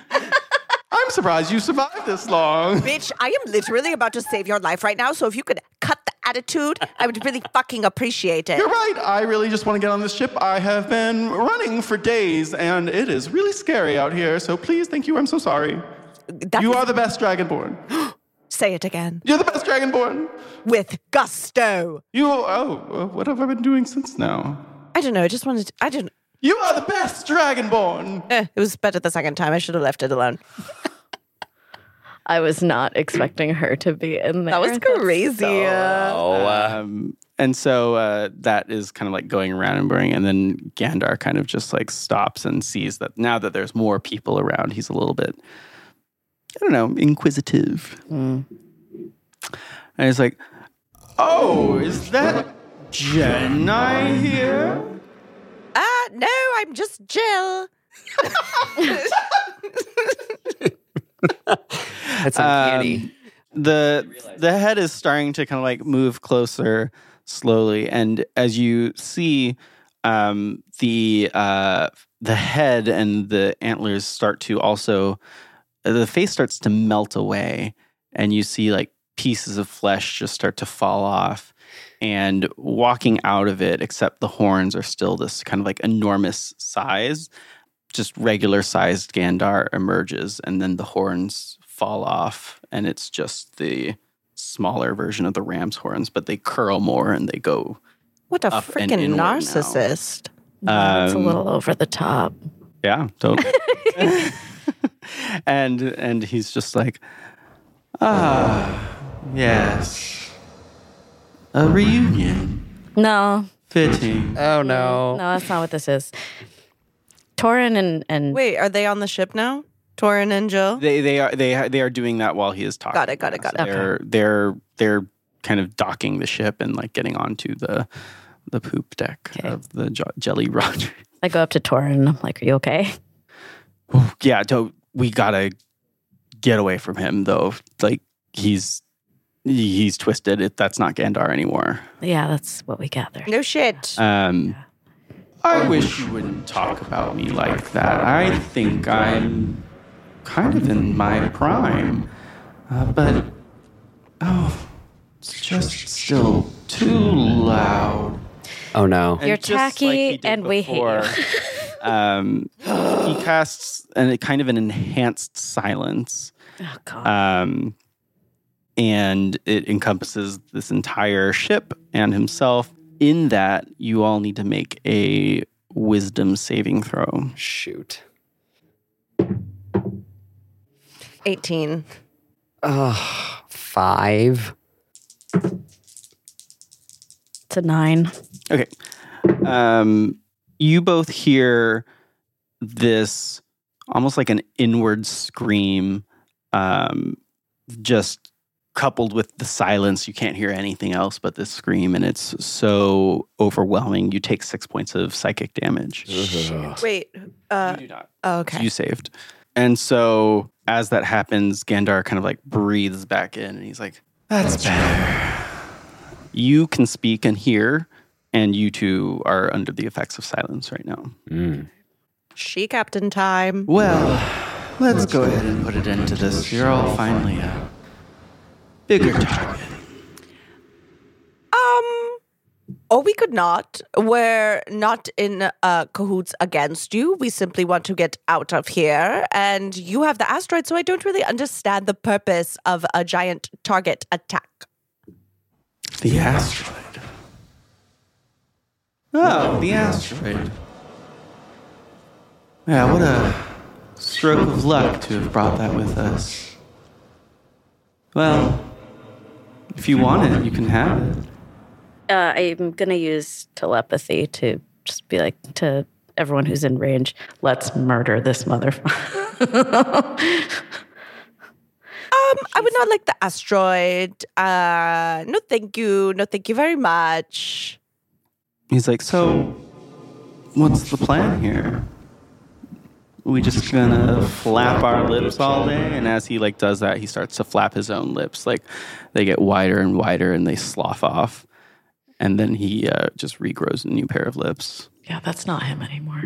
B: i'm surprised you survived this long
C: Bitch, I am literally about to save your life right now, so if you could cut the attitude, I would really fucking appreciate it.
I: You're right. I really just want to get on this ship. I have been running for days, and it is really scary out here. So please, thank you. I'm so sorry.
C: That
I: You
C: is-
I: are the best dragonborn.
C: say it again.
I: You're the best dragonborn.
C: With gusto.
I: You. Oh, uh, what have I been doing since now?
C: I don't know, I just wanted to, I didn't
I: You are the best dragonborn.
C: eh, it was better the second time. I should have left it alone.
F: I was not expecting her to be in
C: That
F: there.
C: was crazy.
E: Oh, uh,
B: Um, and so uh, that is kind of like going around and burning. And then Gandar kind of just like stops and sees that now that there's more people around, he's a little bit I don't know, inquisitive. And it's like, oh, is that Jen I here?
C: Ah, no, I'm just Jill.
D: That's uncanny.
B: Um, the the head is starting to kind of like move closer slowly and as you see um the uh the head and the antlers start to also uh, the face starts to melt away and you see like pieces of flesh just start to fall off and walking out of it except the horns are still this kind of like enormous size just regular sized Gandar emerges, and then the horns fall off, and it's just the smaller version of the ram's horns, but they curl more and they go.
C: What a
B: Up and
C: freaking
B: inward now.
C: narcissist.
A: it's a
B: um,
A: little over the top.
B: Yeah, totally. <laughs> and and he's just like, ah, yes, a reunion,
A: No,
B: fitting.
D: Oh no.
A: no, that's not what this is. Torin and and
C: Wait, are they on the ship now? Torin and Jill?
B: They they are they ha- they are doing that while he is talking.
C: Got it, got it, got it.
B: So They're they're they're kind of docking the ship and like getting onto the the poop deck of the jo- Jelly Roger.
A: I go up to Torin. and I'm like, "Are you okay?"
B: Ooh, <laughs> yeah, do we gotta get away from him though. Like he's he's twisted. It, that's not Gandar anymore.
A: Yeah, that's what we gathered.
C: No shit.
B: Um, I wish you wouldn't talk about me like that. I think I'm kind of in my prime, uh, but oh, it's just still too loud.
D: Oh no.
A: You're
B: just like
A: tacky
B: he did
A: and we hate you. <laughs>
B: before, um, he casts an, kind of an enhanced silence.
A: Oh God.
B: Um, and it encompasses this entire ship and himself. In that, you all need to make a wisdom saving throw.
D: Shoot.
C: 18.
D: Ugh. Five.
A: it's a nine.
B: Okay. Um, you both hear this almost like an inward scream, um, just coupled with the silence. You can't hear anything else but this scream, and it's so overwhelming. You take six points of psychic damage.
C: Wait. Uh,
B: do not.
C: oh,
B: So
C: okay.
B: you saved. And so as that happens, Gandar kind of like breathes back in and he's like, That's better. You can speak and hear, and you two are under the effects of silence right now.
C: she captain time.
B: Well, let's, go ahead and put it into this. You're all finally a bigger <laughs> target.
C: Um, or we could not. We're not in uh, cahoots against you. We simply want to get out of here. And you have the asteroid, so I don't really understand the purpose of a giant target attack.
B: The asteroid. Oh, the asteroid. Yeah, what a stroke of luck to have brought that with us. Well, if you want it, you can have it.
A: Uh, I'm gonna use telepathy to just be like to everyone who's in range. Let's murder this <laughs> motherfucker.
C: Um, I would not like the asteroid. Uh, no, thank you. No, thank you very much.
B: He's like, so, what's the plan here? We just gonna flap our lips all day? And as he like does that, he starts to flap his own lips. Like they get wider and wider, and they slough off. And then he uh, just regrows a new pair of lips.
H: Yeah, that's not him anymore.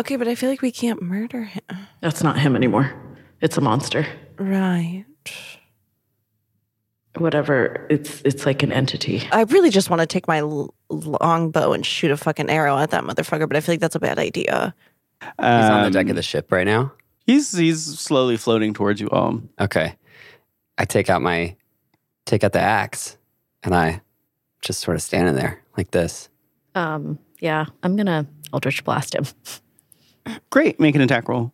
C: Okay, but I feel like we can't murder him.
H: That's not him anymore. It's a monster.
C: Right.
H: Whatever. It's it's like an entity.
C: I really just want to take my l- longbow and shoot a fucking arrow at that motherfucker, but I feel like that's a bad idea.
D: He's on the deck of the ship right now.
B: Um, He's he's slowly floating towards you all.
D: Okay. I take out my take out the axe and I just sort of standing there like this.
A: um, yeah, I'm gonna Eldritch blast him. <laughs>
B: Great, make an attack roll.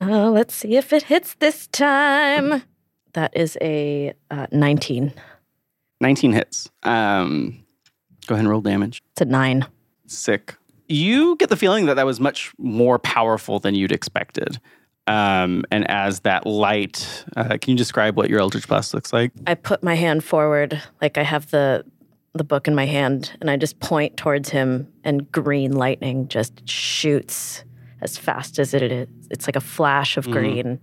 A: Oh, let's see if it hits this time. That is a uh, 19.
B: Nineteen hits. Um, go ahead and roll damage.
A: It's a nine.
B: Sick. You get the feeling that that was much more powerful than you'd expected. Um, and as that light, uh, can you describe what your Eldritch Blast looks like?
A: I put my hand forward, like I have the the book in my hand, and I just point towards him, and green lightning just shoots as fast as it is. It's like a flash of green,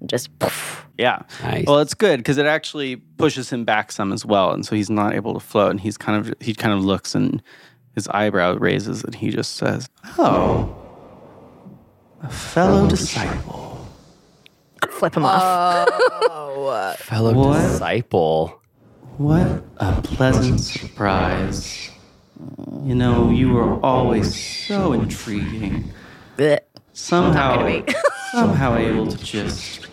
A: and just poof.
B: Yeah.
D: Nice.
B: Well, it's good because it actually pushes him back some as well, and so he's not able to float. And he's kind of he kind of looks and his eyebrow raises, and he just says, "Oh, a fellow disciple."
A: flip him off.
D: Fellow disciple.
B: What a pleasant surprise. You know, you were always so intriguing.
A: Blech.
B: Somehow, <laughs> somehow able to just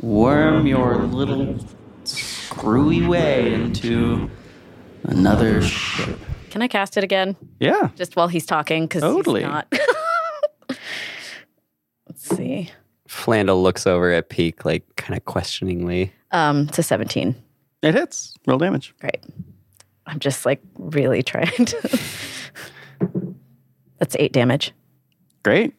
B: worm your little screwy way into another ship.
A: Can I cast it again,
B: Yeah.
A: just while he's talking? Because
B: Totally.
A: he's not. <laughs> Let's see.
D: Flandel looks over at Peak, like kind of questioningly.
A: Um, to seventeen.
B: It hits. Roll damage.
A: Great. I'm just like really trying to. <laughs> That's eight damage.
B: Great.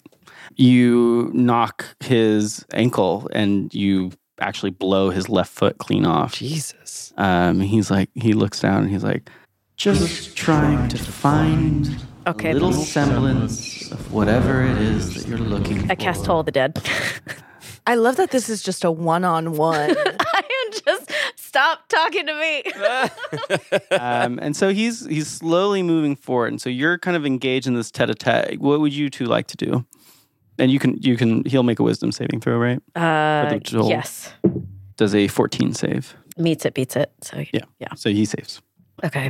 B: You knock his ankle and you actually blow his left foot clean off.
D: Jesus.
B: Um, he's like, he looks down and he's like, just trying to find
A: Okay.
B: a little semblance of whatever it is that you're looking for.
A: I cast Toll of the Dead. <laughs>
C: I love that this is just a one on
D: <laughs>
C: one.
A: I am just stop talking to me.
B: Um, and so he's he's slowly moving forward, and so you're kind of engaged in this tete-a-tete. What would you two like to do? And you can you can he'll make a wisdom saving throw, right?
A: Uh,
B: the Joel.
A: yes,
B: Does a 14 save?
A: meets it beats it. So
B: Yeah,
A: yeah.
B: So he saves.
A: Okay,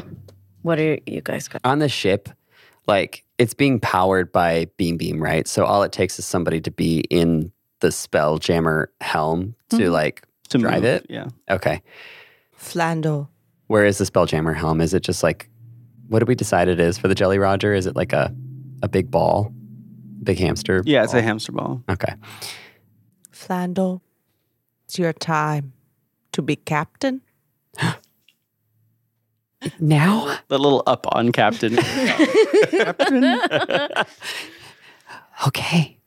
A: what are you guys got?
D: on the ship, like it's being powered by Beam Beam, right? So all it takes is somebody to be in the spell jammer helm to like
B: To
D: Drive
B: move,
D: it?
B: Yeah.
D: okay.
C: Flandel.
D: Where is the spell jammer helm? Is it just like what do we decide it is for the Jelly Roger? Is it like a a big ball, big hamster?
B: Yeah, it's a
D: ball?
B: hamster ball.
D: okay.
C: Flandel, it's your time to be captain.
D: Now
B: The little up
A: <laughs>
B: on Captain. Captain.
D: okay,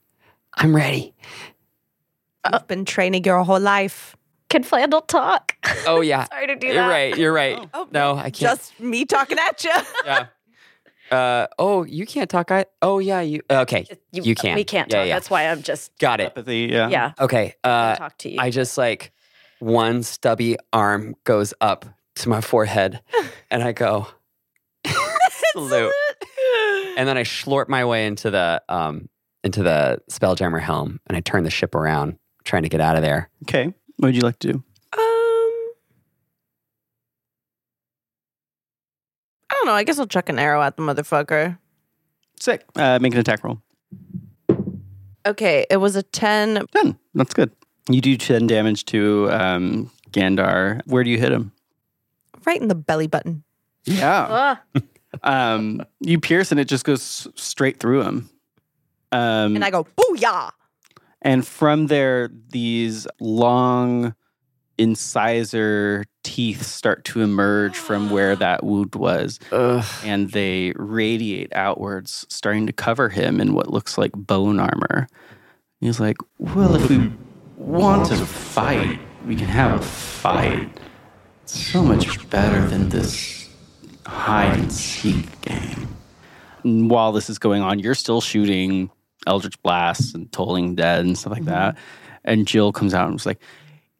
D: I'm ready.
C: You've been training your whole life.
A: Can Flandel talk? <laughs>
D: Oh yeah, <laughs>
A: Sorry to do
D: you're
A: that.
D: right. You're right.
C: Oh,
D: no, I can't.
C: Just me talking
D: <laughs>
C: at you.
D: yeah. Uh, oh, you can't talk. I. Oh yeah, you. Okay, you, can.
A: We can't
D: Yeah,
A: talk.
D: yeah.
A: That's why I'm just
D: Got it.
B: Empathy, yeah.
A: yeah.
D: Okay. Uh,
A: talk to you.
D: I just like one stubby arm goes up to my forehead and I go, salute. And then I slort my way into the um into the spelljammer helm and I turn the ship around, trying to get out of there.
B: Okay. What would you like to do?
C: Um, I don't know. I guess I'll chuck an arrow at the motherfucker.
B: Sick. Uh, make an attack roll.
C: Okay, it was a 10.
B: 10. That's good. You do 10 damage to um, Gandar. Where do you hit him?
C: Right in the belly button.
B: Yeah.
A: Ah,
B: Um, you pierce and it just goes s- straight through him. Um,
C: And I go, booyah!
B: And from there, these long incisor teeth start to emerge from
C: <gasps>
B: where that wound was,
D: Ugh.
B: and they radiate outwards, starting to cover him in what looks like bone armor. He's like, Well, if we want to fight, we can have a fight. It's so much better than this hide and seek game. And while this is going on, you're still shooting Eldritch Blasts and Tolling Dead and stuff like that. And Jill comes out and was like,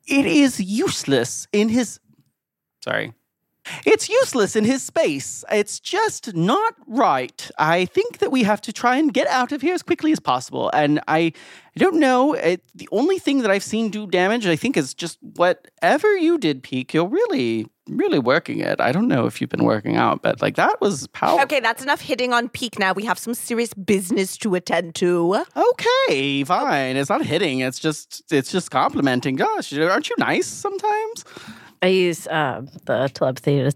B: It is useless in his. Sorry. It's useless in his space. It's just not right. I think that we have to try and get out of here as quickly as possible. And I, I don't know. It, the only thing that I've seen do damage, I think, is just whatever you did, Peak. You're really, really working it. I don't know if you've been working out, but like that was powerful.
C: Okay, that's enough hitting on peak now. We have some serious business to attend to.
B: Okay, fine. It's not hitting. It's just it's just complimenting. Gosh, aren't you nice sometimes?
F: I use uh, the telepathy to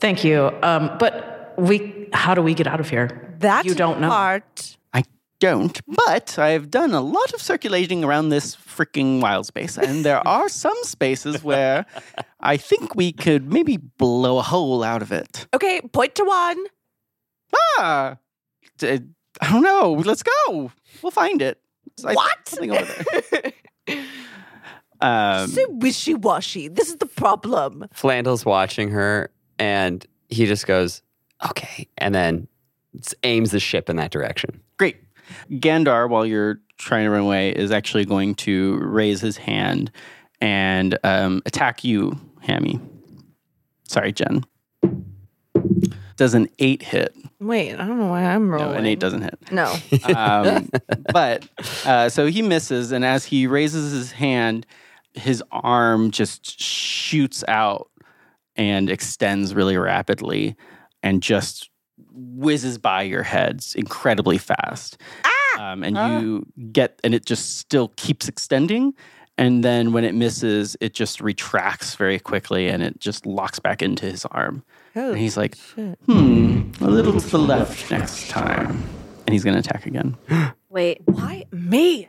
H: Thank you. Um, but we, how do we get out of here?
C: That
H: you don't know.
C: part.
B: I don't, but I've done a lot of circulating around this freaking wild space, and there are some spaces where I think we could maybe blow a hole out of it.
C: Okay, point to one.
B: Ah, d- I don't know. Let's go. We'll find it. what? Something over there. Um,
C: So wishy washy. This is the problem.
E: Flandel's watching her and he just goes, okay. And then s- aims the ship in that direction.
B: Great. Gandar, while you're trying to run away, is actually going to raise his hand and um, attack you, Hammy. Sorry, Jen. Does an eight hit?
C: Wait, I don't know why I'm rolling.
B: No, an eight doesn't hit. <laughs>
C: No.
B: Um, but uh, so he misses, and as he raises his hand, his arm just shoots out and extends really rapidly and just whizzes by your heads incredibly fast. Um, and you get, and it just still keeps extending. And then when it misses, it just retracts very quickly and it just locks back into his arm. and he's like, hmm, a little to the left next time. And he's going to attack again.
F: Wait,
C: Why me?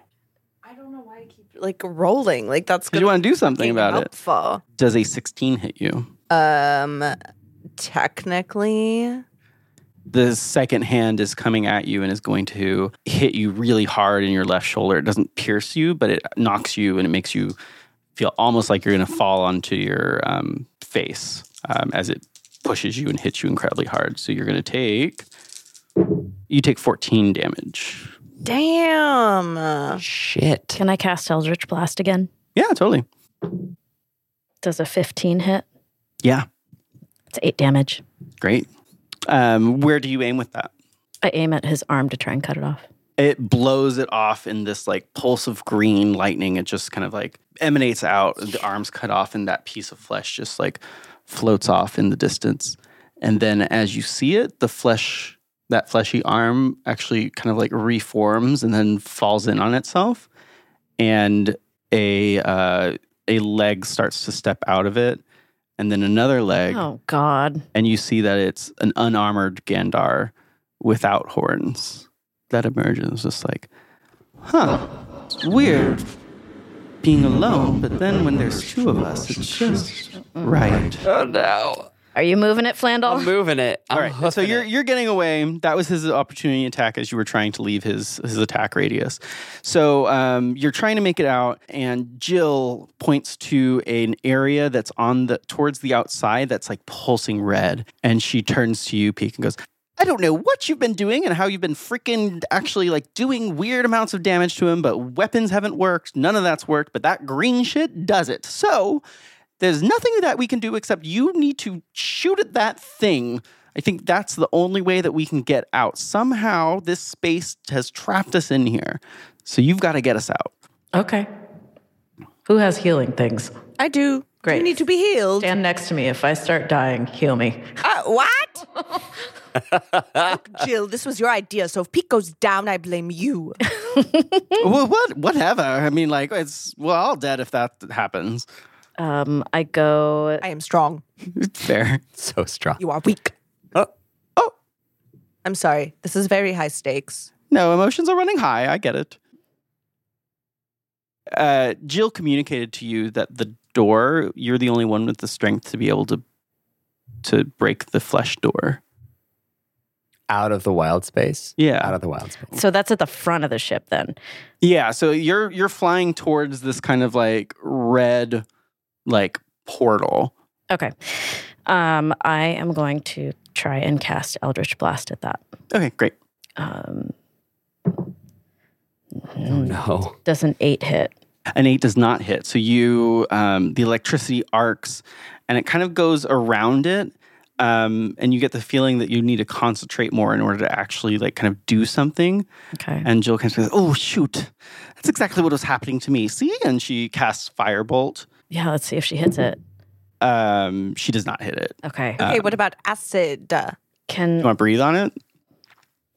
C: I don't know why I keep like rolling. Like that's
B: Did
C: good.
B: you want to do something about it?
C: helpful.
B: Does a 16 hit you?
C: Um, technically,
B: The second hand is coming at you and is going to hit you really hard in your left shoulder. It doesn't pierce you, but it knocks you and it makes you feel almost like you're going to fall onto your um, face um, as it pushes you and hits you incredibly hard. So you're going to take you take 14 damage.
C: damn.
E: Shit.
F: can I cast Eldritch Blast again?
B: Yeah, totally.
F: Does a 15 hit?
B: Yeah,
F: It's eight damage.
B: great. Um, where do you aim with that?
F: I aim at his arm to try and cut it off.
B: it blows it off in this like pulse of green lightning. It just kind of like emanates out, the arms cut off, and that piece of flesh just like floats off in the distance. And then as you see it, the flesh, that fleshy arm actually kind of like reforms and then falls in on itself. And a, uh, a leg starts to step out of it, and then another leg
F: Oh, God.
B: and you see that it's an unarmored Gandar without horns that emerges, just like, huh, it's weird being alone, but then when there's two of us, it's just right.
E: Oh, no.
F: Are you moving it,
C: Oh.
F: Flandel?
E: I'm moving it. I'm
B: All right, so
E: hoofing
B: you're
E: it.
B: you're getting away. That was his opportunity attack as you were trying to leave his his attack radius. So um, you're trying to make it out, and Jill points to an area that's on the towards the outside that's like pulsing red, and she turns to you, Peek, and goes. I don't know what you've been doing and how you've been freaking actually like doing weird amounts of damage to him, but weapons haven't worked. None of that's worked, but that green shit does it. So there's nothing that we can do except you need to shoot at that thing. I think that's the only way that we can get out. Somehow this space has trapped us in here. So you've got to get us out.
H: Okay. Who has healing things?
C: I do. Great. You need to be healed.
H: Stand next to me. If I start dying, heal me.
C: Uh, what? <laughs> Look, Jill, this was your idea. So if Pete goes down, I blame you.
B: well, what whatever. I mean like it's we're all dead if that happens.
F: Um, I go.
C: I am strong.
B: <laughs> Fair.
E: so strong.
C: You are weak.
E: Oh.
B: Oh.
C: I'm sorry. This is very high stakes.
B: No, emotions are running high. I get it. Uh, Jill communicated to you that the door, you're the only one with the strength to be able to to break the flesh door.
D: Out of the wild space.
B: Yeah.
D: Out of the wild space.
F: So that's at the front of the ship then.
B: Yeah, so you're you're flying towards this kind of like red like portal.
F: Okay. Um, I am going to try and cast Eldritch Blast at that.
B: Okay, great.
F: Um,
E: Oh,
D: Mm-hmm.
E: no.
F: does an eight hit?
B: An 8 does not hit. So you um the electricity arcs and it kind of goes around it um and you get the feeling that you need to concentrate more in order to actually like kind of do something.
F: Okay.
B: And Jill kind of goes, "Oh shoot. That's exactly what was happening to me." See? And she casts firebolt.
F: Yeah, let's see if she hits it.
B: Um she does not hit it.
F: Okay.
E: Uh,
C: Okay, what about acid? Uh,
B: You
F: Can
B: want to breathe on it?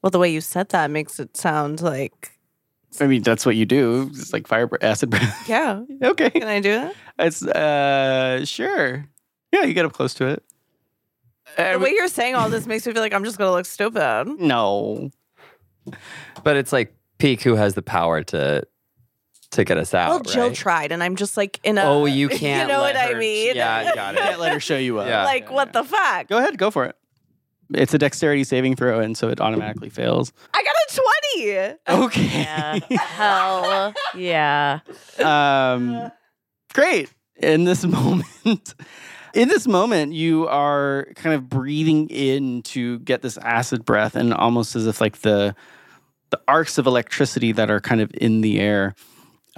C: Well, the way you said that makes it sound like
B: I mean, that's what you do. It's like fire br- acid breath.
C: yeah.
B: <laughs> okay.
C: Can I do that?
B: It's uh sure. Yeah, you get up close to it.
E: Uh,
C: The way you're saying all this makes me feel like I'm just gonna look stupid.
B: No.
E: But it's like Peek who has the power to to get us out.
C: well, Jill
E: right?
C: tried, and I'm just like in a.
E: Oh, you can't.
C: <laughs> You know
E: let
C: what
E: her-
C: I mean?
E: Yeah,
C: <laughs>
E: I got
B: Can't
E: it.
B: let her show you up.
E: Yeah.
C: like what the fuck?
B: Go ahead, go for it. It's a dexterity saving throw, and so it automatically fails.
C: I got a me.
E: Oh.
B: Okay.
F: Yeah. Hell
C: Oh,
F: yeah.
B: <laughs> um, great. In this <laughs> moment, in this moment, you are kind of breathing in to get this acid breath, and almost as if like the the arcs of electricity that are kind of in the air.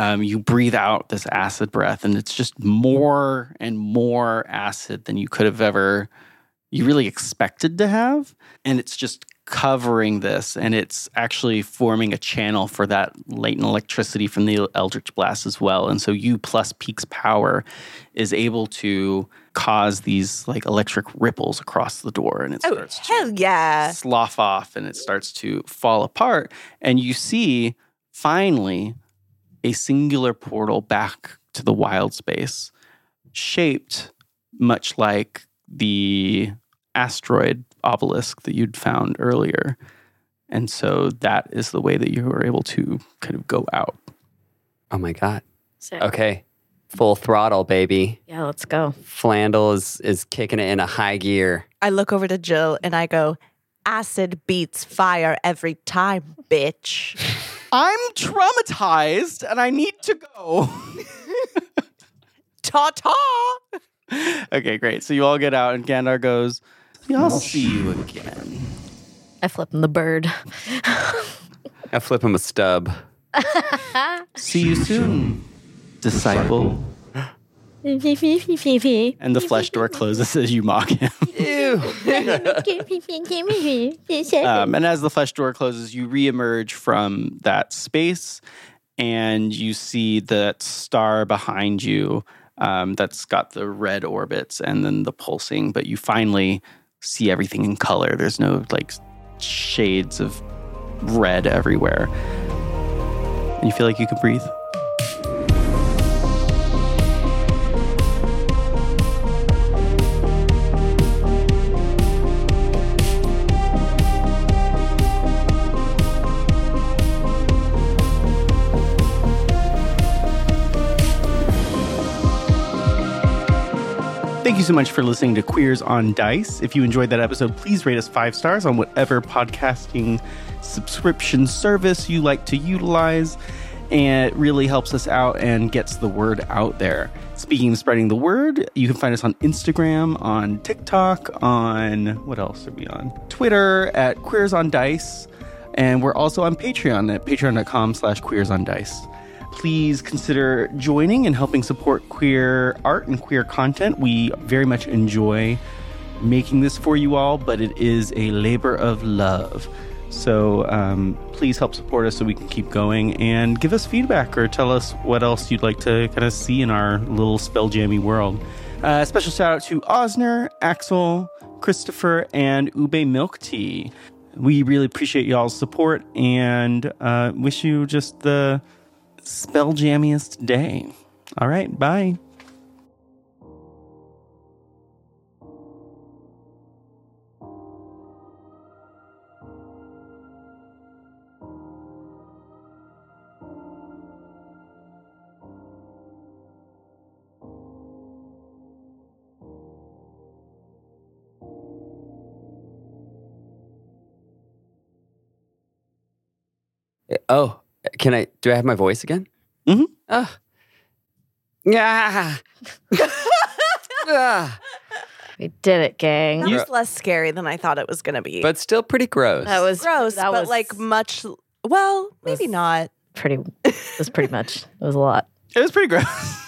B: Um, you breathe out this acid breath, and it's just more and more acid than you could have ever you really expected to have, and it's just covering this, and it's actually forming a channel for that latent electricity from the Eldritch Blast as well. And so U plus Peak's power is able to cause these like electric ripples across the door, and it
C: Oh,
B: starts to
C: hell yeah.
B: slough off and it starts to fall apart. And you see finally a singular portal back to the wild space, shaped much like the asteroid obelisk that you'd found earlier. And so that is the way that you were able to kind of go out.
D: Oh my god.
F: Sick.
D: Okay. Full throttle, baby.
F: Yeah, let's go.
D: Flandel is is kicking it in a high gear.
C: I look over to Jill and I go, acid beats fire every time, bitch.
B: I'm traumatized and I need to go. <laughs>
C: Ta ta.
B: okay, great. So you all get out, and Gandar goes, I'll see you again.
F: I flip him the bird.
D: I flip him a stub.
B: See you soon, disciple. And the flesh door closes as you mock him. <laughs> Um, and as the flesh door closes, you reemerge from that space and you see that star behind you um, that's got the red orbits and then the pulsing, but you finally see everything in color. There's no like shades of red everywhere. And you feel like you can breathe. Thank you so much for listening to Queers on Dice. If you enjoyed that episode, please rate us five stars on whatever podcasting subscription service you like to utilize. And it really helps us out and gets the word out there. Speaking of spreading the word, you can find us on Instagram, on TikTok, on what else are we on? Twitter at Queers on Dice. And we're also on Patreon at patreon.com slash queers on dice please consider joining and helping support queer art and queer content. We very much enjoy making this for you all, but it is a labor of love. So um, please help support us so we can keep going and give us feedback or tell us what else you'd like to kind of see in our little spelljammy world. Uh, special shout out to Osner, Axel, Christopher, and Ube Milk Tea. We really appreciate y'all's support and uh, wish you just the spell jammiest day. All right, bye.
D: Oh, can I? Do I have my voice again?
B: Mhm.
D: Oh. Yeah. <laughs> Ah.
F: We did it, gang.
C: That was less scary than I thought it was going to be.
D: But still pretty gross.
F: That was
C: gross,
F: that
C: but
F: was
C: like much. Well, maybe not.
F: pretty. It was pretty much. It was a lot.
B: It was pretty gross.